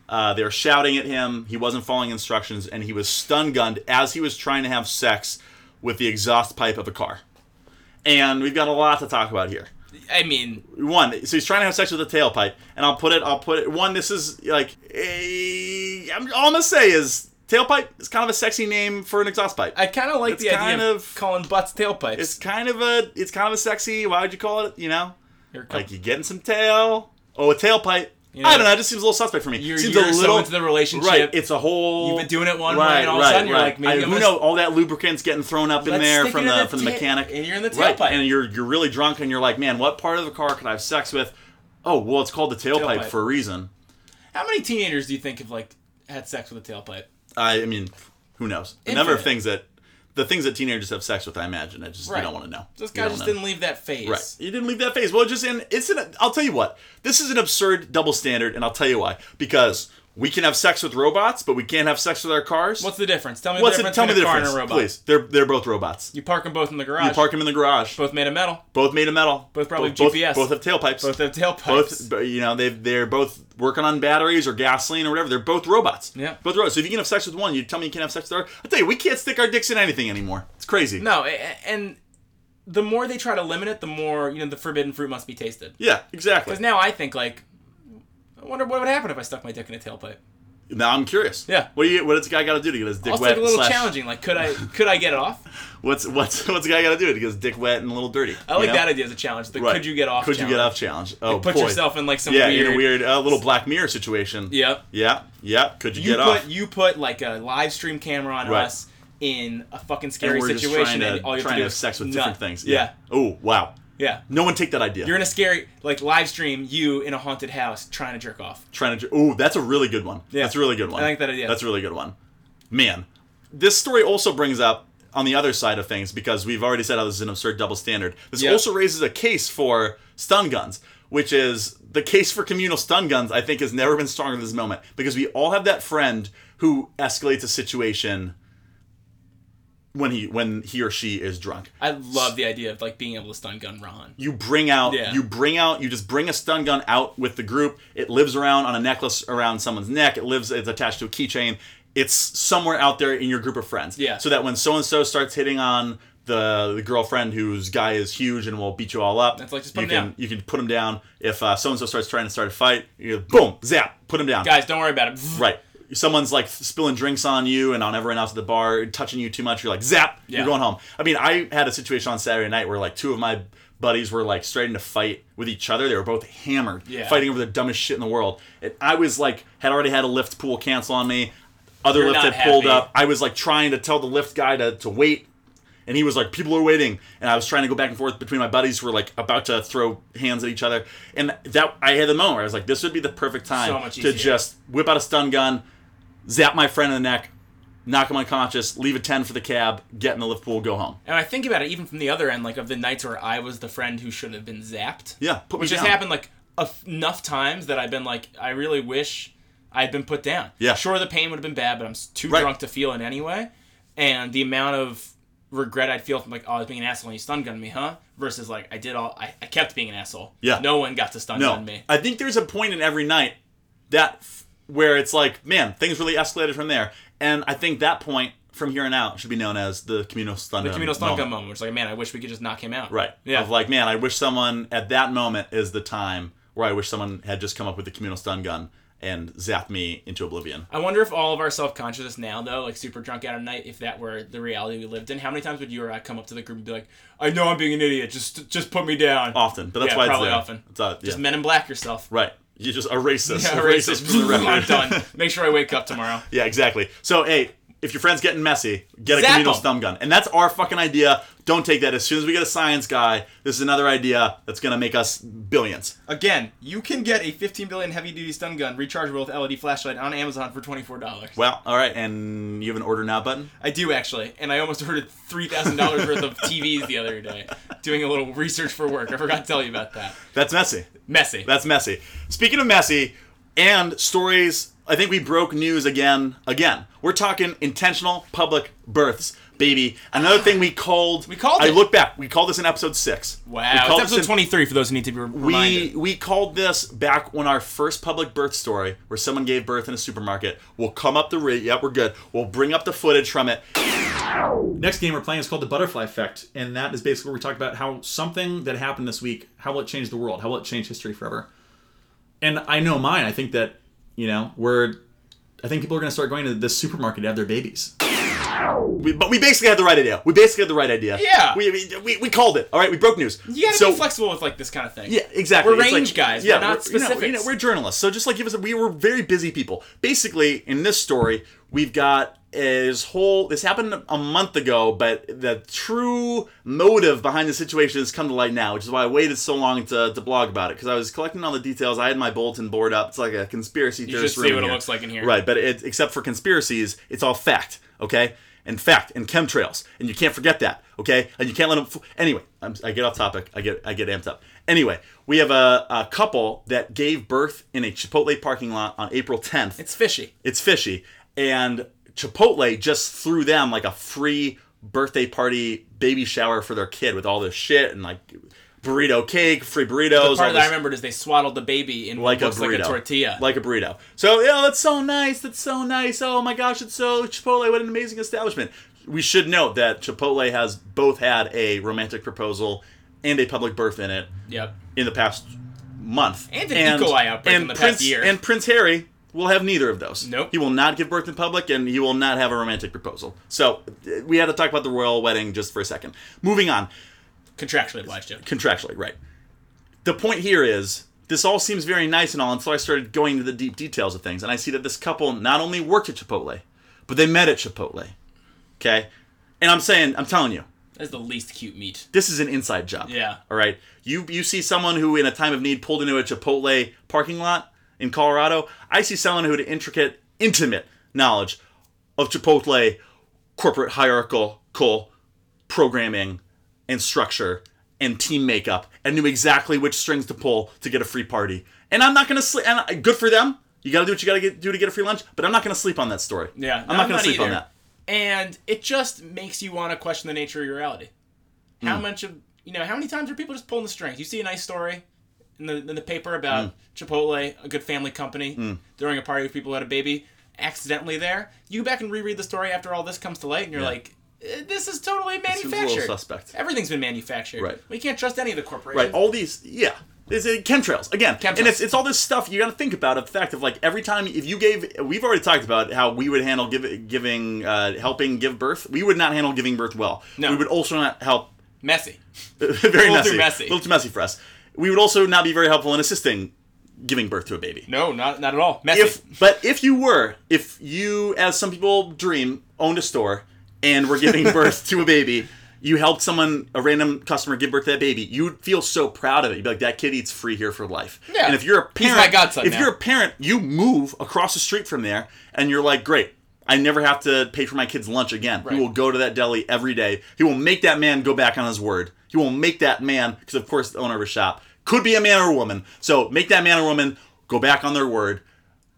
Speaker 2: Uh, they were shouting at him. He wasn't following instructions, and he was stun gunned as he was trying to have sex with the exhaust pipe of a car. And we've got a lot to talk about here.
Speaker 1: I mean,
Speaker 2: One, so he's trying to have sex with a tailpipe, and I'll put it. I'll put it. One, this is like a. I'm, all I'm gonna say is tailpipe is kind of a sexy name for an exhaust pipe.
Speaker 1: I kind of like
Speaker 2: It's
Speaker 1: the idea
Speaker 2: kind
Speaker 1: of,
Speaker 2: of-
Speaker 1: calling butts tailpipes.
Speaker 2: It's kind of a it's kind of a sexy. Why would you call it? You know,
Speaker 1: Here it comes.
Speaker 2: like you getting some tail. Oh, a tailpipe.
Speaker 1: You know,
Speaker 2: I don't know. It just seems a little suspect for me.
Speaker 1: you're,
Speaker 2: seems
Speaker 1: you're
Speaker 2: a
Speaker 1: so
Speaker 2: little
Speaker 1: into the relationship.
Speaker 2: right. It's a whole.
Speaker 1: You've been doing it one way, and all of a sudden you're like, maybe
Speaker 2: I,
Speaker 1: I'm gonna-
Speaker 2: who know all that lubricant's getting thrown up in
Speaker 1: Let's
Speaker 2: there
Speaker 1: stick
Speaker 2: from
Speaker 1: it in
Speaker 2: the,
Speaker 1: the
Speaker 2: from the
Speaker 1: ta-
Speaker 2: mechanic,
Speaker 1: and you're in the
Speaker 2: Right,
Speaker 1: tailpipe.
Speaker 2: and you're you're really drunk, and you're like, man, what part of the car could I have sex with? Oh, well, it's called the tailpipe,
Speaker 1: Tailpipe.
Speaker 2: for a reason.
Speaker 1: How many teenagers do you think have like had sex with a tailpipe?
Speaker 2: I, I mean, who knows? The number of
Speaker 1: Infinite.
Speaker 2: things that the things that teenagers have sex with, I imagine. I just you
Speaker 1: Right.
Speaker 2: don't want to know.
Speaker 1: This
Speaker 2: You
Speaker 1: guy
Speaker 2: don't
Speaker 1: just
Speaker 2: know.
Speaker 1: didn't leave that phase.
Speaker 2: Right. You didn't leave that phase. Well, just in it's an I'll tell you what. This is an absurd double standard and I'll tell you why. Because we can have sex with robots, but we can't have sex with our cars.
Speaker 1: What's the difference? Tell me
Speaker 2: What's
Speaker 1: the
Speaker 2: it?
Speaker 1: difference
Speaker 2: Tell me the
Speaker 1: between a car
Speaker 2: difference,
Speaker 1: and a robot.
Speaker 2: please. They're they're both robots.
Speaker 1: You park them both in the garage.
Speaker 2: You park them in the garage. Both,
Speaker 1: both made of metal.
Speaker 2: made of metal.
Speaker 1: both probably
Speaker 2: both,
Speaker 1: GPS.
Speaker 2: Both have tailpipes.
Speaker 1: Both have tailpipes.
Speaker 2: Both, but, you know, they they're both working on batteries or gasoline or whatever. They're both robots.
Speaker 1: Yeah.
Speaker 2: both robots. So if you can have sex with one, you tell me you can't have sex with the other. I tell you, we can't stick our dicks in anything anymore. It's crazy.
Speaker 1: No, a- a- and the more they try to limit it, the more you know the forbidden fruit must be tasted.
Speaker 2: Yeah, exactly.
Speaker 1: Because now I think like, I wonder what would happen if I stuck my dick in a tailpipe.
Speaker 2: Now I'm curious.
Speaker 1: Yeah.
Speaker 2: What do you? What does a guy got to do to get his dick
Speaker 1: Also,
Speaker 2: wet?
Speaker 1: like a little
Speaker 2: slash-
Speaker 1: challenging. Like, could I could I get it off?
Speaker 2: What's what's (laughs) what's a guy got to do to get his dick wet and a little dirty?
Speaker 1: I
Speaker 2: you
Speaker 1: like
Speaker 2: know?
Speaker 1: that idea as a challenge. The
Speaker 2: Right.
Speaker 1: could you get off?
Speaker 2: Could
Speaker 1: challenge.
Speaker 2: you get off challenge? Oh,
Speaker 1: Put
Speaker 2: boy.
Speaker 1: yourself in like some
Speaker 2: Yeah,
Speaker 1: weird.
Speaker 2: in a weird uh, little Black Mirror situation.
Speaker 1: Yep.
Speaker 2: Yeah. Yeah. Could you,
Speaker 1: You
Speaker 2: get
Speaker 1: put
Speaker 2: off?
Speaker 1: you put like a live stream camera on
Speaker 2: Right.
Speaker 1: us in a fucking
Speaker 2: And
Speaker 1: scary
Speaker 2: we're just
Speaker 1: situation,
Speaker 2: trying
Speaker 1: and
Speaker 2: to,
Speaker 1: all you have
Speaker 2: trying
Speaker 1: to
Speaker 2: to
Speaker 1: do
Speaker 2: have
Speaker 1: is
Speaker 2: sex with
Speaker 1: nut.
Speaker 2: different things.
Speaker 1: Yeah.
Speaker 2: Oh wow.
Speaker 1: Yeah.
Speaker 2: No one take that idea.
Speaker 1: You're in a scary like live stream. You in a haunted house trying to jerk off.
Speaker 2: trying to. Oh, that's a really good one.
Speaker 1: Yeah.
Speaker 2: That's a really good one.
Speaker 1: I like that idea.
Speaker 2: That's a really good one. Man, this story also brings up on the other side of things because we've already said how this is an absurd double standard. This
Speaker 1: Yeah.
Speaker 2: also raises a case for stun guns, which is the case for communal stun guns. I think has never been stronger than this moment because we all have that friend who escalates a situation when he when he or she is drunk
Speaker 1: I love the idea of like being able to stun gun Ron.
Speaker 2: you bring out
Speaker 1: Yeah.
Speaker 2: you bring out you just bring a stun gun out with the group it lives around on a necklace around someone's neck it lives it's attached to a keychain it's somewhere out there in your group of friends
Speaker 1: Yeah.
Speaker 2: so that when so and so starts hitting on the, the girlfriend whose guy is huge and will beat you all up
Speaker 1: That's like, just
Speaker 2: you
Speaker 1: put
Speaker 2: can
Speaker 1: him down.
Speaker 2: you can put him down if so and so starts trying to start a fight you boom zap put him down
Speaker 1: Guys, don't worry about it.
Speaker 2: (laughs) right someone's like spilling drinks on you and on everyone else at the bar touching you too much you're like zap
Speaker 1: Yeah.
Speaker 2: you're going home i mean i had a situation on saturday night where like two of my buddies were like starting to fight with each other they were both hammered
Speaker 1: Yeah.
Speaker 2: fighting over the dumbest shit in the world and i was like had already had a lift pool cancel on me other
Speaker 1: You're
Speaker 2: lift
Speaker 1: not
Speaker 2: had pulled
Speaker 1: happy.
Speaker 2: up i was like trying to tell the lift guy to, to wait and he was like, "People are waiting," and I was trying to go back and forth between my buddies who were like about to throw hands at each other, and that I had the moment where I was like, "This would be the perfect time
Speaker 1: So much
Speaker 2: to
Speaker 1: easier.
Speaker 2: just whip out a stun gun, zap my friend in the neck, knock him unconscious, leave a ten for the cab, get in the lift pool, go home.
Speaker 1: And I think about it even from the other end, like of the nights where I was the friend who should have been zapped.
Speaker 2: Yeah, put me
Speaker 1: which has
Speaker 2: down.
Speaker 1: happened like a- enough times that I've been like, I really wish I'd been put down.
Speaker 2: Yeah.
Speaker 1: Sure, the pain would have been bad, but I'm s- too
Speaker 2: Right.
Speaker 1: drunk to feel it anyway. And the amount of regret I'd feel from like, oh, I was being an asshole and you stun gunned me, huh? Versus like, I did all, I, I kept being an asshole.
Speaker 2: Yeah.
Speaker 1: No one got to stun
Speaker 2: No,
Speaker 1: gun me.
Speaker 2: I think there's a point in every night that f- where it's like, man, things really escalated from there, and I think that point from here on out should be known as the communal stun.
Speaker 1: The communal stun gun moment, which like, man, I wish we could just knock him out.
Speaker 2: Right.
Speaker 1: Yeah.
Speaker 2: Of like, man, I wish someone at that moment is the time where I wish someone had just come up with the communal stun gun and zapped me into oblivion.
Speaker 1: I wonder if all of our self consciousness now, though, like super drunk out of night, if that were the reality we lived in, how many times would you or I come up to the group and be like, "I know I'm being an idiot. Just, just put me down."
Speaker 2: Often, but that's
Speaker 1: Yeah,
Speaker 2: why
Speaker 1: probably
Speaker 2: it's there.
Speaker 1: often.
Speaker 2: It's, uh,
Speaker 1: Just
Speaker 2: yeah.
Speaker 1: Men in Black yourself.
Speaker 2: right. You just erase
Speaker 1: (laughs)
Speaker 2: this. (laughs)
Speaker 1: Yeah,
Speaker 2: erase
Speaker 1: erase
Speaker 2: this
Speaker 1: it.
Speaker 2: from the record.
Speaker 1: I'm done. Make sure I wake up tomorrow.
Speaker 2: (laughs) Yeah, exactly. So, hey, if your friend's getting messy, get a
Speaker 1: Zap
Speaker 2: communal
Speaker 1: 'em.
Speaker 2: stun gun. And that's our fucking idea. Don't take that. As soon as we get a science guy, this is another idea that's going to make us billions.
Speaker 1: Again, you can get a 15 billion heavy duty stun gun rechargeable with LED flashlight on Amazon for twenty four dollars.
Speaker 2: Well, all right. And you have an order now button?
Speaker 1: I do actually, and I almost ordered three thousand dollars worth (laughs) of TVs the other day, doing a little research for work. I forgot to tell you about that.
Speaker 2: That's messy.
Speaker 1: Messy.
Speaker 2: That's messy. Speaking of messy and stories, I think we broke news again. Again, we're talking intentional public births, baby. Another thing we called. We
Speaker 1: called
Speaker 2: I
Speaker 1: it.
Speaker 2: look back. We called this in episode six. We
Speaker 1: wow.
Speaker 2: called
Speaker 1: It's episode
Speaker 2: this in-
Speaker 1: twenty three for those who need to be re- reminded.
Speaker 2: we we called this back when our first public birth story, where someone gave birth in a supermarket, will come up the rate. Yep, we're good. We'll bring up the footage from it. Next game we're playing is called the Butterfly Effect, and that is basically where we talk about how something that happened this week, how will it change the world? How will it change history forever? And I know mine. I think that you know we're. I think people are going to start going to this supermarket to have their babies. We, but we basically had the right idea. We basically had the right idea.
Speaker 1: Yeah.
Speaker 2: We, we, we, we called it. All right, we broke news.
Speaker 1: You gotta
Speaker 2: So-
Speaker 1: be flexible with like this kind of thing.
Speaker 2: yeah, exactly.
Speaker 1: We're
Speaker 2: It's
Speaker 1: range
Speaker 2: like-
Speaker 1: guys. we're not
Speaker 2: you know,
Speaker 1: specific.
Speaker 2: You know, we're journalists, so just like give us. A, we were very busy people. Basically, in this story, we've got is whole. This happened a month ago, but the true motive behind the situation has come to light now, which is why I waited so long to, to blog about it because I was collecting all the details. I had my bulletin board up. It's like a conspiracy
Speaker 1: You
Speaker 2: theorist
Speaker 1: should see
Speaker 2: room
Speaker 1: what it
Speaker 2: here.
Speaker 1: looks like in here.
Speaker 2: Right, but it, except for conspiracies, it's all fact, okay? And fact and chemtrails, and you can't forget that, okay? And you can't let them. F- anyway, I'm, I get off topic. I get I get amped up. Anyway, we have a, a couple that gave birth in a Chipotle parking lot on April 10th.
Speaker 1: It's fishy.
Speaker 2: It's fishy. And Chipotle just threw them like a free birthday party baby shower for their kid with all this shit and like burrito cake, free burritos. all
Speaker 1: Part that I
Speaker 2: this-
Speaker 1: remembered is they swaddled the baby in
Speaker 2: like
Speaker 1: what looks
Speaker 2: a burrito,
Speaker 1: like a tortilla.
Speaker 2: like a burrito. So yeah, that's so nice. That's so nice. Oh my gosh, it's so Chipotle. What an amazing establishment. We should note that Chipotle has both had a romantic proposal and a public birth in it
Speaker 1: yep.
Speaker 2: in the past month,
Speaker 1: And an E. coli outbreak in the past
Speaker 2: Prince,
Speaker 1: year.
Speaker 2: And Prince Harry will have neither of those.
Speaker 1: Nope.
Speaker 2: He will not give birth in public, and he will not have a romantic proposal. So uh, we had to talk about the royal wedding just for a second. Moving on
Speaker 1: Contractually obliged to.
Speaker 2: contractually, right. The point here is this all seems very nice and all until I started going into the deep details of things, and I see that this couple not only worked at Chipotle, but they met at Chipotle. Okay, and I'm saying, I'm telling you,
Speaker 1: That's the least cute meat.
Speaker 2: this is an inside job.
Speaker 1: Yeah.
Speaker 2: All right. You you see someone who in a time of need pulled into a Chipotle parking lot in Colorado. I see someone who had intricate, intimate knowledge of Chipotle corporate hierarchical programming and structure and team makeup and knew exactly which strings to pull to get a free party. And I'm not gonna sleep. And I- good for them. You gotta do what you gotta get, do to get a free lunch. But I'm not gonna sleep on that story.
Speaker 1: Yeah.
Speaker 2: I'm
Speaker 1: no,
Speaker 2: not gonna sleep on
Speaker 1: either.
Speaker 2: that.
Speaker 1: And it just makes you want to question the nature of your reality.
Speaker 2: Hmm.
Speaker 1: How much of you know? How many times are people just pulling the strings? You see a nice story in the in the paper
Speaker 2: Hmm.
Speaker 1: about Chipotle, a good family company, throwing a party with people who had a baby accidentally there. You go back and reread the story after all this comes to light, and you're like. "Eh, This is totally
Speaker 2: a
Speaker 1: manufactured.
Speaker 2: little suspect.
Speaker 1: Everything's been manufactured.
Speaker 2: Right.
Speaker 1: We can't trust any of the
Speaker 2: Right. Oh.
Speaker 1: corporations.
Speaker 2: All these, yeah. It's uh, chemtrails again,
Speaker 1: Chemtrails.
Speaker 2: and it's it's all this stuff you got to think about. Of the fact of like every time if you gave, we've already talked about how we would handle give, giving, uh, helping give birth. We would not handle giving birth well.
Speaker 1: No.
Speaker 2: we would also not help. (laughs)
Speaker 1: Messy.
Speaker 2: very
Speaker 1: too
Speaker 2: messy.
Speaker 1: messy.
Speaker 2: A little too messy for us. We would also not be very helpful in assisting giving birth to a baby.
Speaker 1: No, not not at all. Messy.
Speaker 2: If but if you were, if you, as some people dream, owned a store and were
Speaker 1: (laughs)
Speaker 2: giving birth to a baby, you helped someone, a random customer, give birth to that baby, you'd feel so proud of it. You'd be like, "That kid eats free here for life."
Speaker 1: Yeah.
Speaker 2: And if you're a
Speaker 1: He's
Speaker 2: parent,
Speaker 1: my godson
Speaker 2: if
Speaker 1: now.
Speaker 2: you're a parent, you move across the street from there, and you're like, "Great." I never have to pay for my kid's lunch again.
Speaker 1: Right.
Speaker 2: He will go to that deli every day. He will make that man go back on his word. He will make that man, because of course the owner of a shop could be a man or a woman. So make that man or woman go back on their word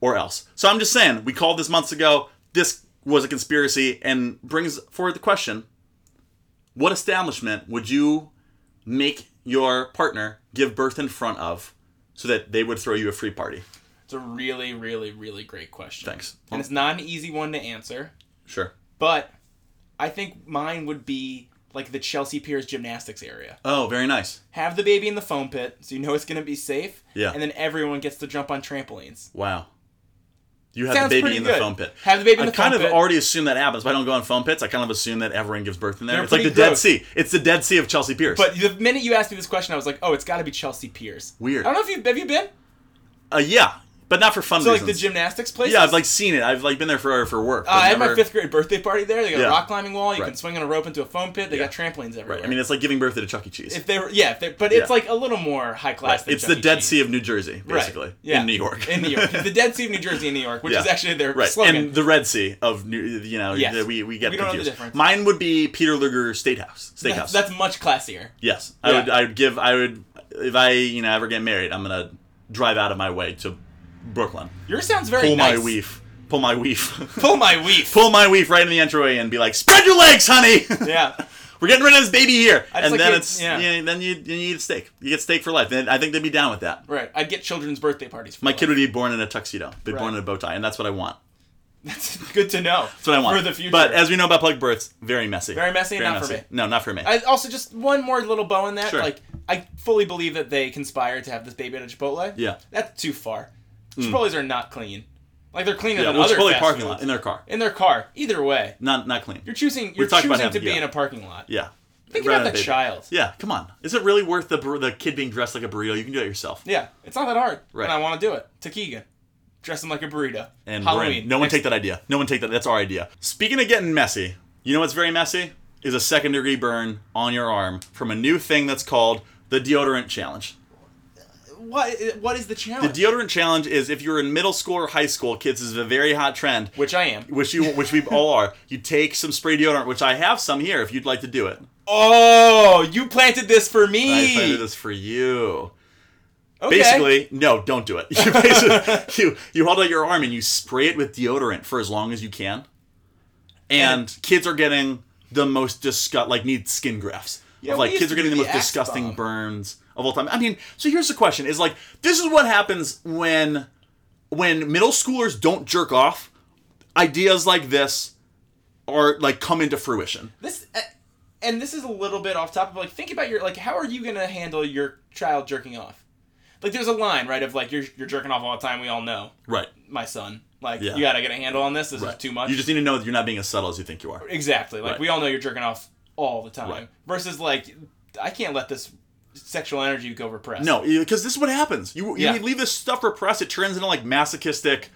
Speaker 2: or else. So I'm just saying, we called this months ago. This was a conspiracy and brings forward the question what establishment would you make your partner give birth in front of so that they would throw you a free party?
Speaker 1: It's a really, really, really great question.
Speaker 2: Thanks. Oh,
Speaker 1: And it's not an easy one to answer,
Speaker 2: Sure.
Speaker 1: but I think mine would be like the Chelsea Piers gymnastics area.
Speaker 2: Oh, very nice.
Speaker 1: Have the baby in the foam pit so you know it's going to be safe.
Speaker 2: Yeah.
Speaker 1: And then everyone gets to jump on trampolines.
Speaker 2: Wow. You have
Speaker 1: Sounds
Speaker 2: the baby
Speaker 1: pretty
Speaker 2: in
Speaker 1: good.
Speaker 2: the foam pit.
Speaker 1: Have the baby in
Speaker 2: I
Speaker 1: the
Speaker 2: kind
Speaker 1: foam
Speaker 2: of
Speaker 1: pit.
Speaker 2: already assume that happens. If I don't go on foam pits, I kind of assume that everyone gives birth in there.
Speaker 1: They're
Speaker 2: it's like the
Speaker 1: pretty
Speaker 2: Dead
Speaker 1: gross.
Speaker 2: Sea. It's the Dead Sea of Chelsea Piers.
Speaker 1: But the minute you asked me this question, I was like, oh, it's got to be Chelsea Piers.
Speaker 2: Weird.
Speaker 1: I don't know if you have you been.
Speaker 2: uh, yeah, but not for fun
Speaker 1: So like
Speaker 2: reasons.
Speaker 1: the gymnastics place.
Speaker 2: Yeah, I've like seen it. I've like been there for for work. but
Speaker 1: Uh, I had my
Speaker 2: never-
Speaker 1: fifth grade birthday party there. They got
Speaker 2: Yeah.
Speaker 1: a rock climbing wall. You
Speaker 2: Right.
Speaker 1: can swing on a rope into a foam pit. They
Speaker 2: Yeah.
Speaker 1: got trampolines everywhere.
Speaker 2: Right. I mean, it's like giving birth at a Chuck E. Cheese.
Speaker 1: if they were, yeah, if they, but
Speaker 2: Yeah.
Speaker 1: it's like a little more high class. than
Speaker 2: it's
Speaker 1: Chuck
Speaker 2: the
Speaker 1: E.
Speaker 2: Dead
Speaker 1: Cheese.
Speaker 2: Sea of New Jersey,
Speaker 1: Right.
Speaker 2: basically,
Speaker 1: Yeah.
Speaker 2: in New York.
Speaker 1: In New
Speaker 2: (laughs)
Speaker 1: York, It's the Dead Sea of New Jersey and New York, which
Speaker 2: Yeah.
Speaker 1: is actually their
Speaker 2: right.
Speaker 1: slogan.
Speaker 2: And the Red Sea of New, you know,
Speaker 1: Yes.
Speaker 2: that we, we get
Speaker 1: We don't know the
Speaker 2: confused.
Speaker 1: difference.
Speaker 2: Mine would be Peter Luger Statehouse. Steakhouse.
Speaker 1: that's, that's much classier.
Speaker 2: Yes, I
Speaker 1: Yeah.
Speaker 2: would. I would give. I would. If I, you know, ever get married, I'm gonna drive out of my way to Brooklyn.
Speaker 1: Yours sounds very
Speaker 2: Pull
Speaker 1: nice.
Speaker 2: my weave. Pull my weave.
Speaker 1: (laughs) Pull my weave.
Speaker 2: Pull my weave right in the entryway and be like, "Spread your legs, honey.
Speaker 1: (laughs)
Speaker 2: (laughs)
Speaker 1: Yeah.
Speaker 2: We're getting rid of this baby here."
Speaker 1: I just
Speaker 2: And
Speaker 1: like
Speaker 2: then
Speaker 1: it-
Speaker 2: it's
Speaker 1: yeah.
Speaker 2: yeah. Then you you eat steak. You get steak for life. And I think they'd be down with that.
Speaker 1: Right. I'd get children's birthday parties. For
Speaker 2: My
Speaker 1: that.
Speaker 2: kid would be born in a tuxedo. Be
Speaker 1: Right.
Speaker 2: born in a bow tie, and that's what I want.
Speaker 1: (laughs) That's good to know.
Speaker 2: That's what I want
Speaker 1: for the future.
Speaker 2: But as we know about plug births, very messy.
Speaker 1: Very messy, not for me.
Speaker 2: No, not for me.
Speaker 1: I also just one more little bow in that.
Speaker 2: Sure.
Speaker 1: Like I fully believe that they conspired to have this baby at a Chipotle.
Speaker 2: Yeah. Hmm.
Speaker 1: That's too far. Chipotles are not clean. Like they're cleaner
Speaker 2: yeah,
Speaker 1: than
Speaker 2: well,
Speaker 1: other
Speaker 2: Chipotle
Speaker 1: fast
Speaker 2: parking
Speaker 1: foods.
Speaker 2: lot in their car.
Speaker 1: in their car. Either way,
Speaker 2: Not not clean.
Speaker 1: you're choosing you're
Speaker 2: talked
Speaker 1: choosing
Speaker 2: about
Speaker 1: to
Speaker 2: having-
Speaker 1: be
Speaker 2: yeah.
Speaker 1: in a parking lot.
Speaker 2: Yeah.
Speaker 1: Think
Speaker 2: Rather
Speaker 1: about
Speaker 2: than
Speaker 1: that
Speaker 2: baby.
Speaker 1: child.
Speaker 2: Yeah, come on. Is it really worth the bur- the kid being dressed like a burrito? You can do that yourself.
Speaker 1: Yeah, it's not that hard.
Speaker 2: Right.
Speaker 1: And I want to do it. To Keegan. Dress him like a burrito.
Speaker 2: And we're in.
Speaker 1: Halloween.
Speaker 2: no one
Speaker 1: Next-
Speaker 2: take that idea. No one take that. That's our idea. Speaking of getting messy, you know what's very messy is a second degree burn on your arm from a new thing that's called the deodorant challenge.
Speaker 1: What, what is the
Speaker 2: The
Speaker 1: challenge?
Speaker 2: deodorant challenge is if you're in middle school or high school, kids this is a very hot trend.
Speaker 1: Which I am.
Speaker 2: Which you, which we all are. You take some spray deodorant, which I have some here. If you'd like to do it,
Speaker 1: Oh, you planted this for me.
Speaker 2: I I do this for you.
Speaker 1: Okay.
Speaker 2: Basically, no, don't do it. (laughs) You, basically, you you hold out your arm and you spray it with deodorant for as long as you can. And kids are getting the most disgust like need skin grafts.
Speaker 1: Yeah,
Speaker 2: Of,
Speaker 1: we
Speaker 2: like
Speaker 1: used
Speaker 2: kids
Speaker 1: to
Speaker 2: are getting
Speaker 1: do
Speaker 2: the
Speaker 1: the
Speaker 2: most
Speaker 1: Axe
Speaker 2: disgusting
Speaker 1: Bomb.
Speaker 2: burns of all time. I mean, so here's the question: Is like this is what happens when when middle schoolers don't jerk off. Ideas like this are like come into fruition.
Speaker 1: this uh, and this is a little bit off topic but like think about your like how are you gonna handle your child jerking off like there's a line right of like you're, you're jerking off all the time we all know
Speaker 2: Right.
Speaker 1: my son like
Speaker 2: Yeah.
Speaker 1: you gotta get a handle on this this is too much
Speaker 2: You just need to know that you're not being as subtle as you think you are.
Speaker 1: exactly like
Speaker 2: Right.
Speaker 1: we all know you're jerking off all the time
Speaker 2: Right.
Speaker 1: versus like i can't let this sexual energy go repressed
Speaker 2: No, because this is what happens. You you
Speaker 1: Yeah.
Speaker 2: leave this stuff repressed, it turns into like masochistic,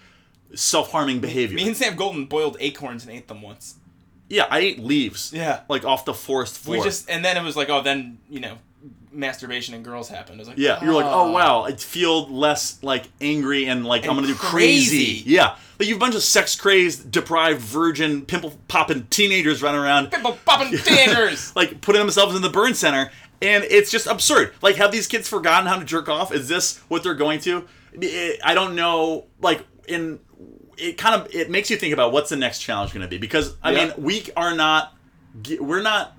Speaker 2: self harming behavior.
Speaker 1: me and sam golden boiled acorns and ate them once
Speaker 2: yeah, I ate leaves.
Speaker 1: Yeah.
Speaker 2: like off the forest floor.
Speaker 1: we just and then it was like oh then you know masturbation and girls happened it was like
Speaker 2: yeah, you're like,
Speaker 1: (laughs)
Speaker 2: oh
Speaker 1: ah.
Speaker 2: wow, I feel less like angry and like I'm
Speaker 1: And
Speaker 2: gonna do
Speaker 1: crazy.
Speaker 2: crazy. Yeah, like you have a bunch of sex crazed, deprived, virgin, pimple popping teenagers running around.
Speaker 1: Pimple
Speaker 2: (laughs)
Speaker 1: popping dancers
Speaker 2: like putting themselves in the burn center and it's just absurd like have these kids forgotten how to jerk off is this what they're going to I mean, it- i don't know like in it kind of it makes you think about what's the next challenge going to be because i
Speaker 1: Yeah.
Speaker 2: mean we are not g- we're not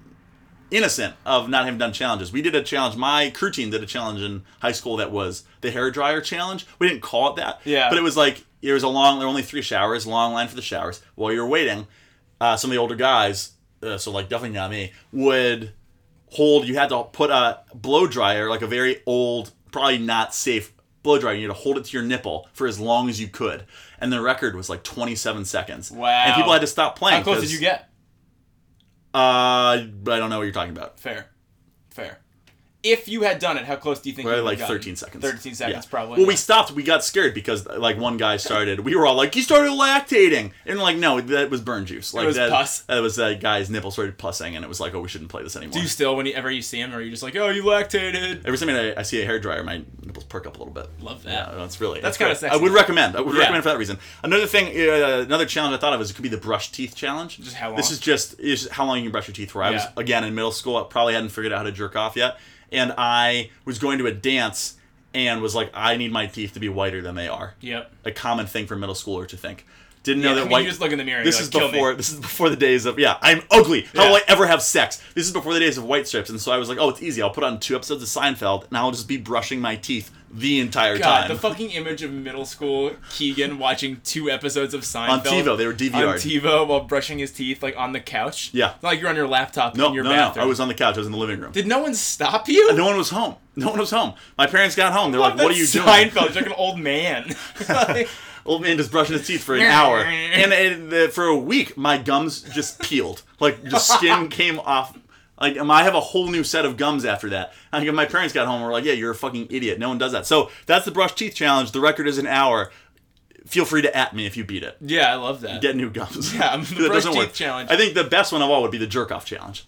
Speaker 2: innocent of not having done challenges we did a challenge my crew team did a challenge in high school that was the hair dryer challenge we didn't call it that
Speaker 1: Yeah.
Speaker 2: but it was like it was a long there were only three showers long line for the showers while you're waiting uh, some of the older guys, uh, so like definitely not me, would hold. You had to put a blow dryer, like a very old, probably not safe blow dryer. You had to hold it to your nipple for as long as you could, and the record was like 27 seconds.
Speaker 1: Wow.
Speaker 2: And people had to stop playing.
Speaker 1: how close did
Speaker 2: 'cause,
Speaker 1: you get
Speaker 2: Uh, I don't know what you're talking about.
Speaker 1: Fair. Fair. if you had done it, how close do you think?
Speaker 2: Right,
Speaker 1: you would
Speaker 2: like
Speaker 1: have gotten?
Speaker 2: 13 seconds.
Speaker 1: 13 seconds,
Speaker 2: Yeah.
Speaker 1: probably.
Speaker 2: Well,
Speaker 1: yeah.
Speaker 2: we stopped. We got scared because like one guy started. We were all like, "He started lactating," and like, no, that was burn juice. Like
Speaker 1: was
Speaker 2: that,
Speaker 1: pus.
Speaker 2: that was that guy's nipple started pussing, and it was like, "Oh, we shouldn't play this anymore."
Speaker 1: do you still whenever you see him, or are you just like, oh, you lactated?
Speaker 2: Every time I, I see a hairdryer, my nipples perk up a little bit.
Speaker 1: Love that.
Speaker 2: Yeah, that's really
Speaker 1: That's
Speaker 2: it's
Speaker 1: kinda
Speaker 2: great.
Speaker 1: sexy.
Speaker 2: I would recommend. I would
Speaker 1: Yeah.
Speaker 2: recommend for that reason. Another thing, uh, another challenge I thought of is it could be the brush teeth challenge.
Speaker 1: Just how
Speaker 2: This
Speaker 1: long?
Speaker 2: is just is just how long you can brush your teeth for. I was
Speaker 1: Yeah.
Speaker 2: again in middle school. I probably hadn't figured out how to jerk off yet, and I was going to a dance and was like, I need my teeth to be whiter than they are.
Speaker 1: Yep.
Speaker 2: A common thing for middle schooler to think. Didn't
Speaker 1: Yeah,
Speaker 2: know
Speaker 1: I
Speaker 2: that
Speaker 1: mean,
Speaker 2: white.
Speaker 1: you just look in the mirror. And
Speaker 2: This
Speaker 1: you're
Speaker 2: is
Speaker 1: like, "Kill me."
Speaker 2: before this is before the days of yeah, I'm ugly. How
Speaker 1: Yeah.
Speaker 2: will I ever have sex? This is before the days of white strips, and so I was like, oh, it's easy. I'll put on two episodes of Seinfeld, and I'll just be brushing my teeth the entire
Speaker 1: God,
Speaker 2: time.
Speaker 1: the fucking image of middle school Keegan watching two episodes of Seinfeld
Speaker 2: TiVo, they were
Speaker 1: on
Speaker 2: DVR'd.
Speaker 1: TiVo while brushing his teeth like on the couch.
Speaker 2: Yeah.
Speaker 1: It's not like you're on your laptop
Speaker 2: no,
Speaker 1: in your
Speaker 2: no, no.
Speaker 1: bathroom.
Speaker 2: I was on the couch. I was in the living room.
Speaker 1: Did no one stop you?
Speaker 2: no one was home. No one was home. My parents got home. They're like, what are you doing?
Speaker 1: Seinfeld, you're like an old
Speaker 2: (laughs)
Speaker 1: man. Like,
Speaker 2: Old man just brushing his teeth for an hour, and it, the, for a week, my gums just peeled. Like the skin came off. Like um, I have a whole new set of gums after that. I think my parents got home and were like, "Yeah, you're a fucking idiot. No one does that." So that's the brush teeth challenge. The record is an hour. Feel free to at me if you beat it.
Speaker 1: yeah, I love that.
Speaker 2: Get new gums.
Speaker 1: (laughs) Yeah, I'm- the
Speaker 2: That
Speaker 1: brush
Speaker 2: doesn't
Speaker 1: teeth challenge.
Speaker 2: I think the best one of all would be the jerk off challenge,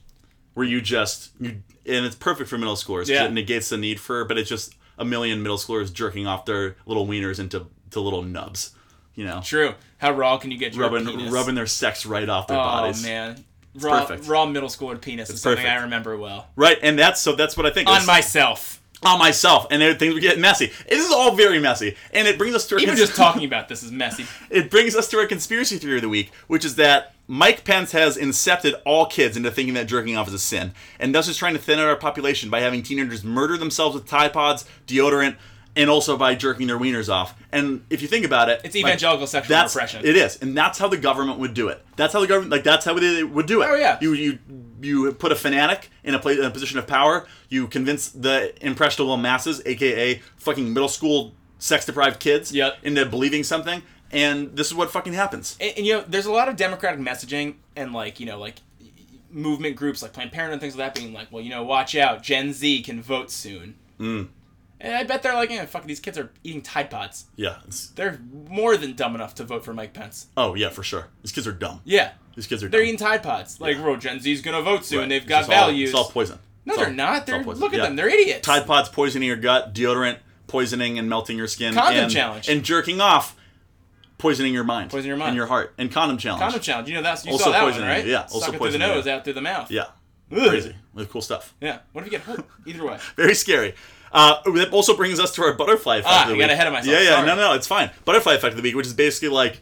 Speaker 2: where you just you and it's perfect for middle schoolers. 'cause
Speaker 1: Yeah.
Speaker 2: it negates the need for, but it's just a million middle schoolers jerking off their little wieners into to little nubs. You know
Speaker 1: True. How raw can you get your
Speaker 2: rubbing
Speaker 1: penis?
Speaker 2: rubbing their sex right off their
Speaker 1: oh
Speaker 2: bodies.
Speaker 1: man, raw
Speaker 2: perfect.
Speaker 1: raw middle schooler penis is something
Speaker 2: perfect.
Speaker 1: I remember well.
Speaker 2: Right, and that's so that's what I think
Speaker 1: On
Speaker 2: It's
Speaker 1: myself,
Speaker 2: on myself, and there things would get messy. This is all very messy, and it brings us to our
Speaker 1: even
Speaker 2: cons- (laughs)
Speaker 1: just talking about this is messy.
Speaker 2: it brings us to our conspiracy theory of the week, which is that Mike Pence has incepted all kids into thinking that jerking off is a sin, and thus is trying to thin out our population by having teenagers murder themselves with Tide Pods, deodorant, and also by jerking their wieners off. And if you think about it,
Speaker 1: It's evangelical sexual
Speaker 2: that's,
Speaker 1: repression.
Speaker 2: It is, and that's how the government would do it. That's how the government, like that's how they would do it.
Speaker 1: Oh, yeah.
Speaker 2: You you you put a fanatic in a place in a position of power. You convince the impressionable masses, aka fucking middle school sex deprived kids,
Speaker 1: Yep.
Speaker 2: into believing something, and this is what fucking happens.
Speaker 1: and, and, you know, there's a lot of democratic messaging and like you know, like movement groups like Planned Parenthood and things like that being like, well, you know, watch out, Gen Z can vote soon.
Speaker 2: Mm.
Speaker 1: And I bet they're like, eh, fuck, it, these kids are eating Tide Pods.
Speaker 2: Yeah. it's-
Speaker 1: They're more than dumb enough to vote for Mike Pence.
Speaker 2: oh yeah, for sure. These kids are dumb.
Speaker 1: Yeah,
Speaker 2: These kids are
Speaker 1: they're
Speaker 2: dumb.
Speaker 1: eating Tide Pods. Like, well, Gen Z's gonna vote soon.
Speaker 2: Right.
Speaker 1: They've
Speaker 2: It's
Speaker 1: got
Speaker 2: just all-
Speaker 1: values.
Speaker 2: it's all poison.
Speaker 1: no,
Speaker 2: It's
Speaker 1: they're
Speaker 2: all-
Speaker 1: not.
Speaker 2: it's all
Speaker 1: They're
Speaker 2: poison.
Speaker 1: look at
Speaker 2: Yeah.
Speaker 1: them. They're idiots.
Speaker 2: Tide Pods poisoning your gut, deodorant poisoning and melting your skin,
Speaker 1: Condom
Speaker 2: and,
Speaker 1: challenge.
Speaker 2: and jerking off, poisoning your mind,
Speaker 1: Poisoning your mind.
Speaker 2: and your heart, and condom challenge.
Speaker 1: Condom challenge. You know that's you
Speaker 2: Also
Speaker 1: saw that one,
Speaker 2: poisoning
Speaker 1: right?
Speaker 2: you, yeah. Also
Speaker 1: Suck it through the
Speaker 2: poisoning you.
Speaker 1: nose, out through the mouth.
Speaker 2: Yeah,
Speaker 1: Ugh.
Speaker 2: crazy, Really cool stuff.
Speaker 1: Yeah. What if you get hurt? Either way.
Speaker 2: (laughs) Very scary. Uh, that also brings us to our butterfly effect.
Speaker 1: Ah,
Speaker 2: of the
Speaker 1: I
Speaker 2: week.
Speaker 1: got ahead of myself.
Speaker 2: Yeah, yeah,
Speaker 1: Sorry.
Speaker 2: no, no, it's fine. Butterfly effect of the week, which is basically like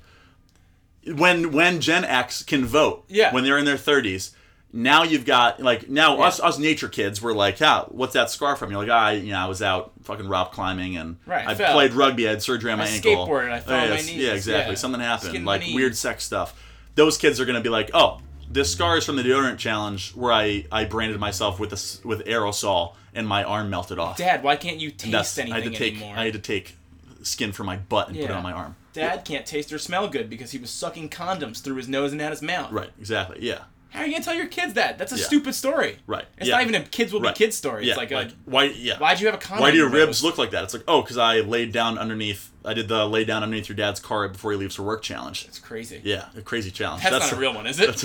Speaker 2: when when Gen X can vote,
Speaker 1: Yeah.
Speaker 2: when they're in their thirties. Now you've got like now us us nature kids were like, yeah, what's that scar from? You're like, I you know I was out fucking rock climbing and
Speaker 1: Right,
Speaker 2: I
Speaker 1: fell.
Speaker 2: played rugby, I had surgery on my
Speaker 1: I
Speaker 2: ankle, Oh,
Speaker 1: skateboarded, I fell on my
Speaker 2: yes,
Speaker 1: knees,
Speaker 2: Yeah, exactly.
Speaker 1: yeah.
Speaker 2: Something
Speaker 1: Skinned
Speaker 2: happened,
Speaker 1: my
Speaker 2: like
Speaker 1: knees.
Speaker 2: weird sex stuff. Those kids are gonna be like, oh, this scar is from the deodorant challenge where I I branded myself with a s with aerosol and my arm melted off.
Speaker 1: Dad, why can't you taste
Speaker 2: That's-
Speaker 1: anything
Speaker 2: I had to take
Speaker 1: anymore?
Speaker 2: I had to take skin from my butt and put it
Speaker 1: Yeah.
Speaker 2: on my arm.
Speaker 1: Dad can't taste or smell good because he was sucking condoms through his nose and out his mouth.
Speaker 2: Right. Exactly. Yeah.
Speaker 1: How are you gonna tell your kids that? That's a
Speaker 2: Yeah.
Speaker 1: stupid story.
Speaker 2: Right.
Speaker 1: It's
Speaker 2: Yeah.
Speaker 1: not even a kids will
Speaker 2: Right.
Speaker 1: be kids story.
Speaker 2: yeah.
Speaker 1: It's like, a,
Speaker 2: why? Yeah.
Speaker 1: why'd you have a condom?
Speaker 2: Why do your
Speaker 1: in your
Speaker 2: ribs
Speaker 1: nose?
Speaker 2: look like that? It's like oh, because I laid down underneath. I did the lay down underneath your dad's car right before he leaves for work challenge.
Speaker 1: It's crazy.
Speaker 2: Yeah, a crazy challenge.
Speaker 1: That's, not a real one, is it?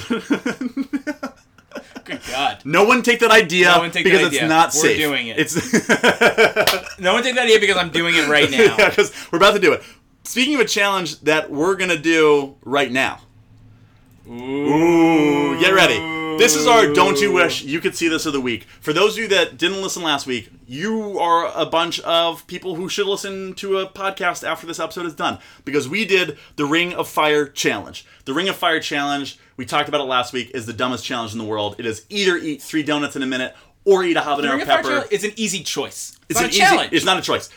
Speaker 1: Good God.
Speaker 2: (laughs) no one take that idea
Speaker 1: No one take that
Speaker 2: because it's
Speaker 1: idea.
Speaker 2: not
Speaker 1: We're
Speaker 2: safe.
Speaker 1: doing it. (laughs)
Speaker 2: It's
Speaker 1: No one take that idea because I'm doing it
Speaker 2: (laughs)
Speaker 1: right now.
Speaker 2: Yeah, 'cause we're about to do it. Speaking of a challenge that we're gonna do right now. Ooh, get ready. This is our Don't You Wish You Could See This of the Week. For those of you that didn't listen last week, you are a bunch of people who should listen to a podcast after this episode is done because we did the Ring of Fire Challenge. The Ring of Fire Challenge, we talked about it last week, is the dumbest challenge in the world. It is either eat three donuts in a minute or eat a
Speaker 1: Ring
Speaker 2: habanero
Speaker 1: of Fire
Speaker 2: pepper.
Speaker 1: challenge is an easy choice. It's,
Speaker 2: It's
Speaker 1: not
Speaker 2: an
Speaker 1: a challenge.
Speaker 2: Easy, it's not a choice.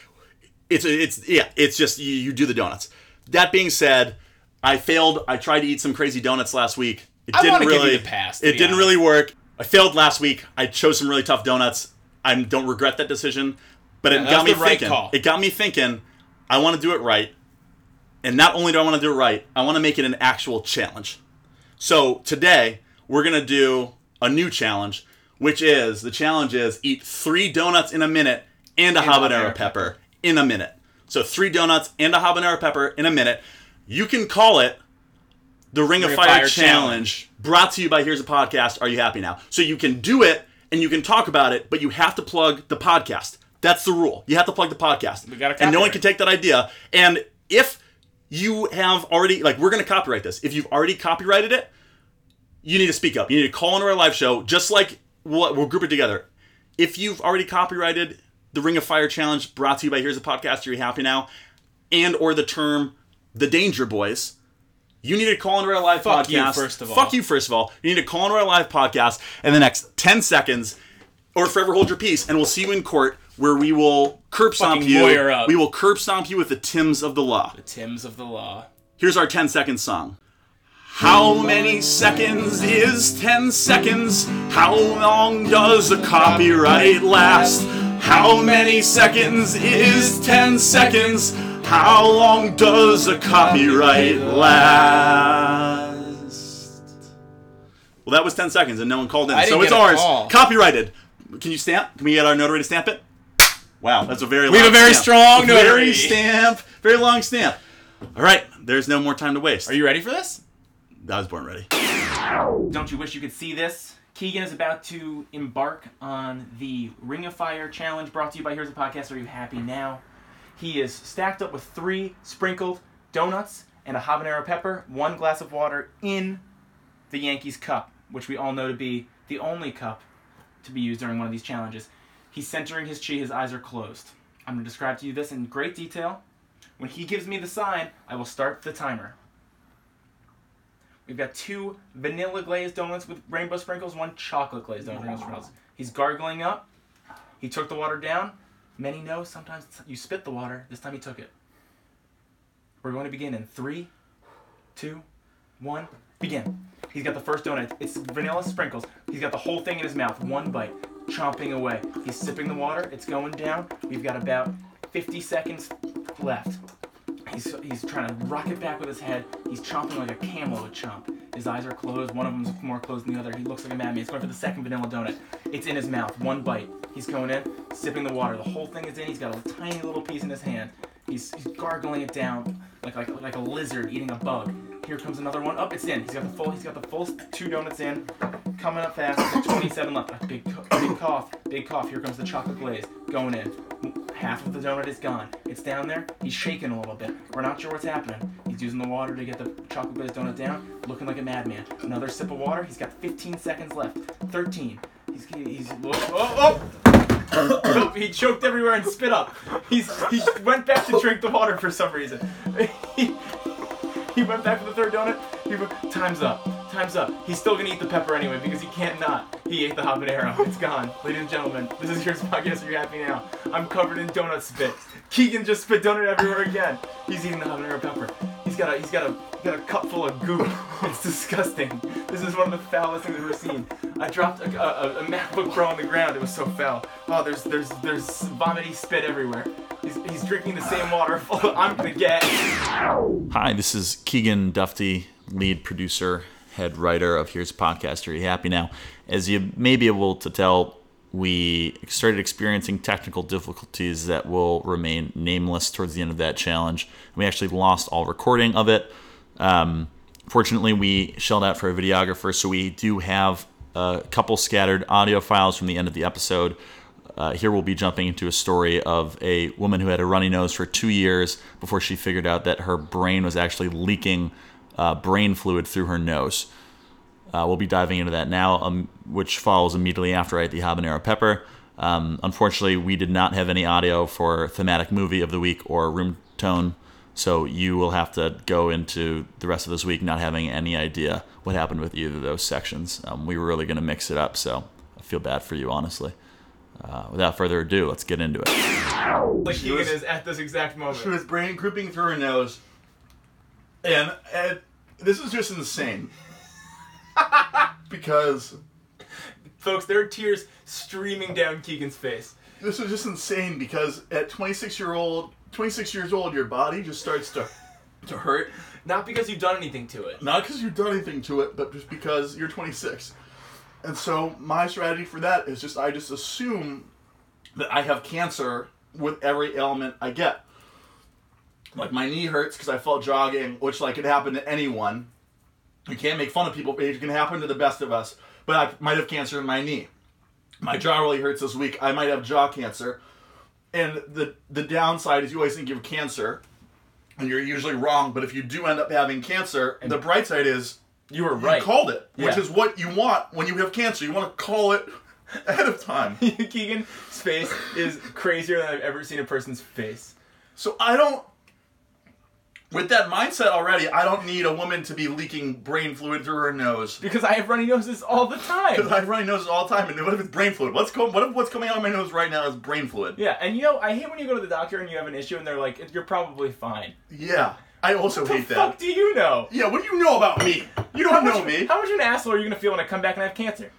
Speaker 2: It's it's yeah. It's just you, you do the donuts. That being said, I failed. I tried to eat some crazy donuts last week. It
Speaker 1: I
Speaker 2: didn't
Speaker 1: wanna give you
Speaker 2: really
Speaker 1: the pass, to
Speaker 2: It
Speaker 1: be
Speaker 2: didn't
Speaker 1: honest.
Speaker 2: really work. I failed last week. I chose some really tough donuts. I don't regret that decision, but it
Speaker 1: that
Speaker 2: got
Speaker 1: was
Speaker 2: me
Speaker 1: the right
Speaker 2: thinking.
Speaker 1: call.
Speaker 2: It got me thinking. I want to do it right, and not only do I want to do it right, I want to make it an actual challenge. So today we're gonna do a new challenge, which is the challenge is eat three donuts in a minute and a habanero
Speaker 1: habanero
Speaker 2: pepper, in a minute. So three donuts and a habanero pepper in a minute. You can call it the Ring, of Fire, challenge. Brought to you by Here's a Podcast. Are you happy now? So you can do it and you can talk about it, but you have to plug the podcast. That's the rule. You have to plug the podcast.
Speaker 1: We gotta
Speaker 2: and no one
Speaker 1: copyright.
Speaker 2: can take that idea. And if you have already like we're gonna copyright this. If you've already copyrighted it, you need to speak up. You need to call into our live show, just like we'll, we'll group it together. If you've already copyrighted the Ring of Fire challenge brought to you by Here's a Podcast, Are You Happy Now? And or the term the Danger Boys, you need to call into our live
Speaker 1: Fuck
Speaker 2: podcast.
Speaker 1: you, first of all.
Speaker 2: Fuck you, first of all. You need to call into our live podcast in the next 10 seconds or forever hold your peace. And we'll see you in court where we will curb stomp
Speaker 1: Fucking
Speaker 2: you.
Speaker 1: lawyer up.
Speaker 2: We will curb stomp you with the Tims of the law.
Speaker 1: Tim's of the law.
Speaker 2: Here's our 10 second song. How many seconds is 10 seconds? How long does a copyright last? How many seconds is 10 seconds? How long does a copyright last? Well, that was 10 seconds and no one called in,
Speaker 1: I didn't
Speaker 2: so it's
Speaker 1: get a
Speaker 2: ours.
Speaker 1: call.
Speaker 2: Copyrighted. Can you stamp? Can we get our notary to stamp it? Wow, that's a very
Speaker 1: We have
Speaker 2: long
Speaker 1: a very
Speaker 2: stamp.
Speaker 1: strong
Speaker 2: Very
Speaker 1: notary.
Speaker 2: stamp, very long stamp. All right, there's no more time to waste.
Speaker 1: Are you ready for this?
Speaker 2: I was born ready.
Speaker 1: Don't you wish you could see this? Keegan is about to embark on the Ring of Fire challenge brought to you by Here's a Podcast. Are you happy now? He is stacked up with three sprinkled donuts and a habanero pepper, one glass of water in the Yankees cup, which we all know to be the only cup to be used during one of these challenges. He's centering his chi, his eyes are closed. I'm going to describe to you this in great detail. When he gives me the sign, I will start the timer. We've got two vanilla glazed donuts with rainbow sprinkles, one chocolate glazed donut with rainbow sprinkles. He's gargling up. He took the water down. Many know sometimes you spit the water. This time he took it. We're going to begin in three, two, one, begin. He's got the first donut. It's vanilla sprinkles. He's got the whole thing in his mouth. One bite, chomping away. He's sipping the water. It's going down. We've got about 50 seconds left. He's, he's trying to rock it back with his head. He's chomping like a camel would chomp. His eyes are closed. One of them's more closed than the other. He looks like a madman. He's going for the second vanilla donut. It's in his mouth. One bite. He's going in, sipping the water. The whole thing is in. He's got a tiny little piece in his hand. He's, he's gargling it down like, like like a lizard eating a bug. Here comes another one. Up, it's in. He's got the full. He's got the full two donuts in. Coming up fast. There's 27 left. A big, co- big cough. Big cough. Here comes the chocolate glaze. Going in. Half of the donut is gone. It's down there. He's shaking a little bit. We're not sure what's happening. He's using the water to get the chocolate glazed donut down, looking like a madman. Another sip of water. He's got 15 seconds left. 13. He's he's oh oh. (coughs) oh! he choked everywhere and spit up. He's he went back to drink the water for some reason. (laughs) He- (laughs) he went back for the third donut. He went, time's up. Time's up. He's still gonna eat the pepper anyway because he can't not. He ate the habanero. (laughs) It's gone, ladies and gentlemen. This is your podcast. Are you happy now? I'm covered in donut spit. Keegan just spit donut everywhere again. He's eating the habanero pepper. He's got a he's got a he's got a cup full of goo. (laughs) It's disgusting. This is one of the foulest things I've ever seen. I dropped a, a, a MacBook Pro on the ground. It was so foul. Oh, there's there's there's vomity spit everywhere. He's, he's drinking the same water. (laughs) full of- I'm gonna get.
Speaker 2: Hi, this is Keegan Dufty, lead producer, head writer of Here's a Podcast. Are you happy now? As you may be able to tell, we started experiencing technical difficulties that will remain nameless towards the end of that challenge. We actually lost all recording of it. Um, fortunately, we shelled out for a videographer, so we do have a couple scattered audio files from the end of the episode. Uh, here we'll be jumping into a story of a woman who had a runny nose for two years before she figured out that her brain was actually leaking uh, brain fluid through her nose. Uh, we'll be diving into that now, um, which follows immediately after I eat the habanero pepper. Um, unfortunately, we did not have any audio for thematic movie of the week or room tone, so you will have to go into the rest of this week not having any idea what happened with either of those sections. Um, we were really going to mix it up, so I feel bad for you, honestly. Uh, without further ado, let's get into it.
Speaker 1: Like Keegan
Speaker 2: was-
Speaker 1: is at this exact
Speaker 2: She
Speaker 1: moment.
Speaker 2: was brain grouping through her nose, and uh, this is just insane (laughs) because.
Speaker 1: Folks, there are tears streaming down Keegan's face.
Speaker 2: this is just insane because at 26 year old 26 years old your body just starts to to hurt
Speaker 1: Not because you've done anything to it.
Speaker 2: not because you've done anything to it but just because you're 26
Speaker 4: And so my strategy for that is just I just assume that I have cancer with every ailment I get. Like my knee hurts because I fell jogging, which like could happen to anyone. You can't make fun of people. It can happen to the best of us. But I might have cancer in my knee. My jaw really hurts this week. I might have jaw cancer. And the the downside is you always think you have cancer, and you're usually wrong. But if you do end up having cancer, the bright side is
Speaker 1: You were
Speaker 4: you
Speaker 1: right.
Speaker 4: called it, which
Speaker 1: Yeah.
Speaker 4: is what you want when you have cancer. You want to call it (laughs) ahead of
Speaker 1: (laughs) (laughs)
Speaker 4: time.
Speaker 1: Keegan's face is crazier than I've ever seen a person's face.
Speaker 4: So I don't. With that mindset already, I don't need a woman to be leaking brain fluid through her nose. (laughs)
Speaker 1: Because I have runny noses all the time.
Speaker 4: Because I have runny noses all the time, and what if it's brain fluid? What's co- what if what's coming out of my nose right now is brain fluid?
Speaker 1: yeah, and you know, I hate when you go to the doctor and you have an issue and they're like, you're probably fine.
Speaker 4: Yeah. I also
Speaker 1: What the
Speaker 4: hate that.
Speaker 1: fuck do you know?
Speaker 4: Yeah, what do you know about me? You don't
Speaker 1: How
Speaker 4: know
Speaker 1: much,
Speaker 4: me.
Speaker 1: How much of an asshole are you gonna feel when I come back and I have cancer?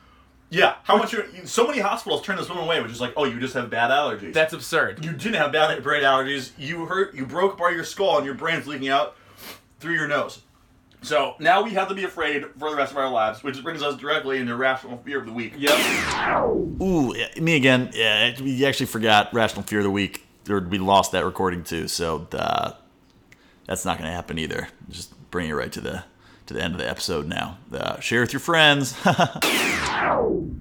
Speaker 4: yeah, how much? Are, so many hospitals turn this woman away, which is like, oh, you just have bad allergies.
Speaker 1: That's absurd.
Speaker 4: you didn't have bad brain allergies. You hurt. You broke part of your skull, and your brain's leaking out through your nose. So now we have to be afraid for the rest of our lives, which brings us directly into rational fear of the week.
Speaker 1: Yep.
Speaker 2: Ooh, yeah, me again. Yeah, it- we actually forgot Rational Fear of the Week, or we lost that recording too. So uh, that's not going to happen either. Just bring it right to the to the end of the episode now. Uh, share with your friends. (laughs)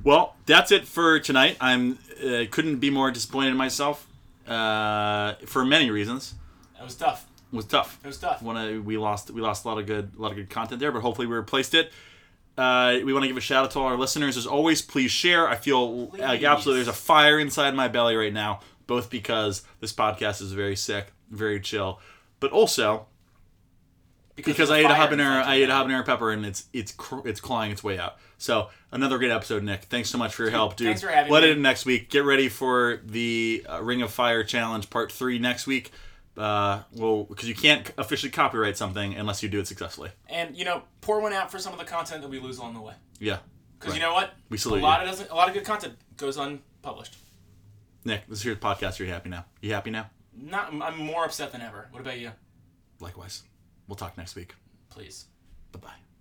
Speaker 4: Well, that's it for tonight. I'm uh, couldn't be more disappointed in myself uh, for many reasons.
Speaker 1: That was tough.
Speaker 4: It was tough.
Speaker 1: That was tough.
Speaker 4: When I, we lost we lost a lot of good a lot of good content there, but hopefully we replaced it. Uh, we want to give a shout out to all our listeners as always. Please share. I feel like
Speaker 1: Please.
Speaker 4: absolutely there's a fire inside my belly right now, both because this podcast is very sick, very chill, but also because I ate a
Speaker 1: fire
Speaker 4: habanero.
Speaker 1: inside
Speaker 4: I ate a habanero pepper, and it's it's cr- it's clawing its way out. So another great episode, Nick. Thanks so much for your help, dude.
Speaker 1: Thanks for having
Speaker 4: Let
Speaker 1: me.
Speaker 4: it in next week. Get ready for the uh, Ring of Fire challenge part three next week. Uh, well, because you can't officially copyright something unless you do it successfully.
Speaker 1: And you know, pour one out for some of the content that we lose along the way.
Speaker 4: Yeah,
Speaker 1: Because you know what?
Speaker 4: We salute
Speaker 1: a lot of doesn't a lot of good content goes unpublished.
Speaker 4: Nick. This is your podcast. You're happy now. You happy now?
Speaker 1: Not I'm more upset than ever. What about you?
Speaker 4: Likewise. We'll talk next week.
Speaker 1: Please.
Speaker 4: Bye bye.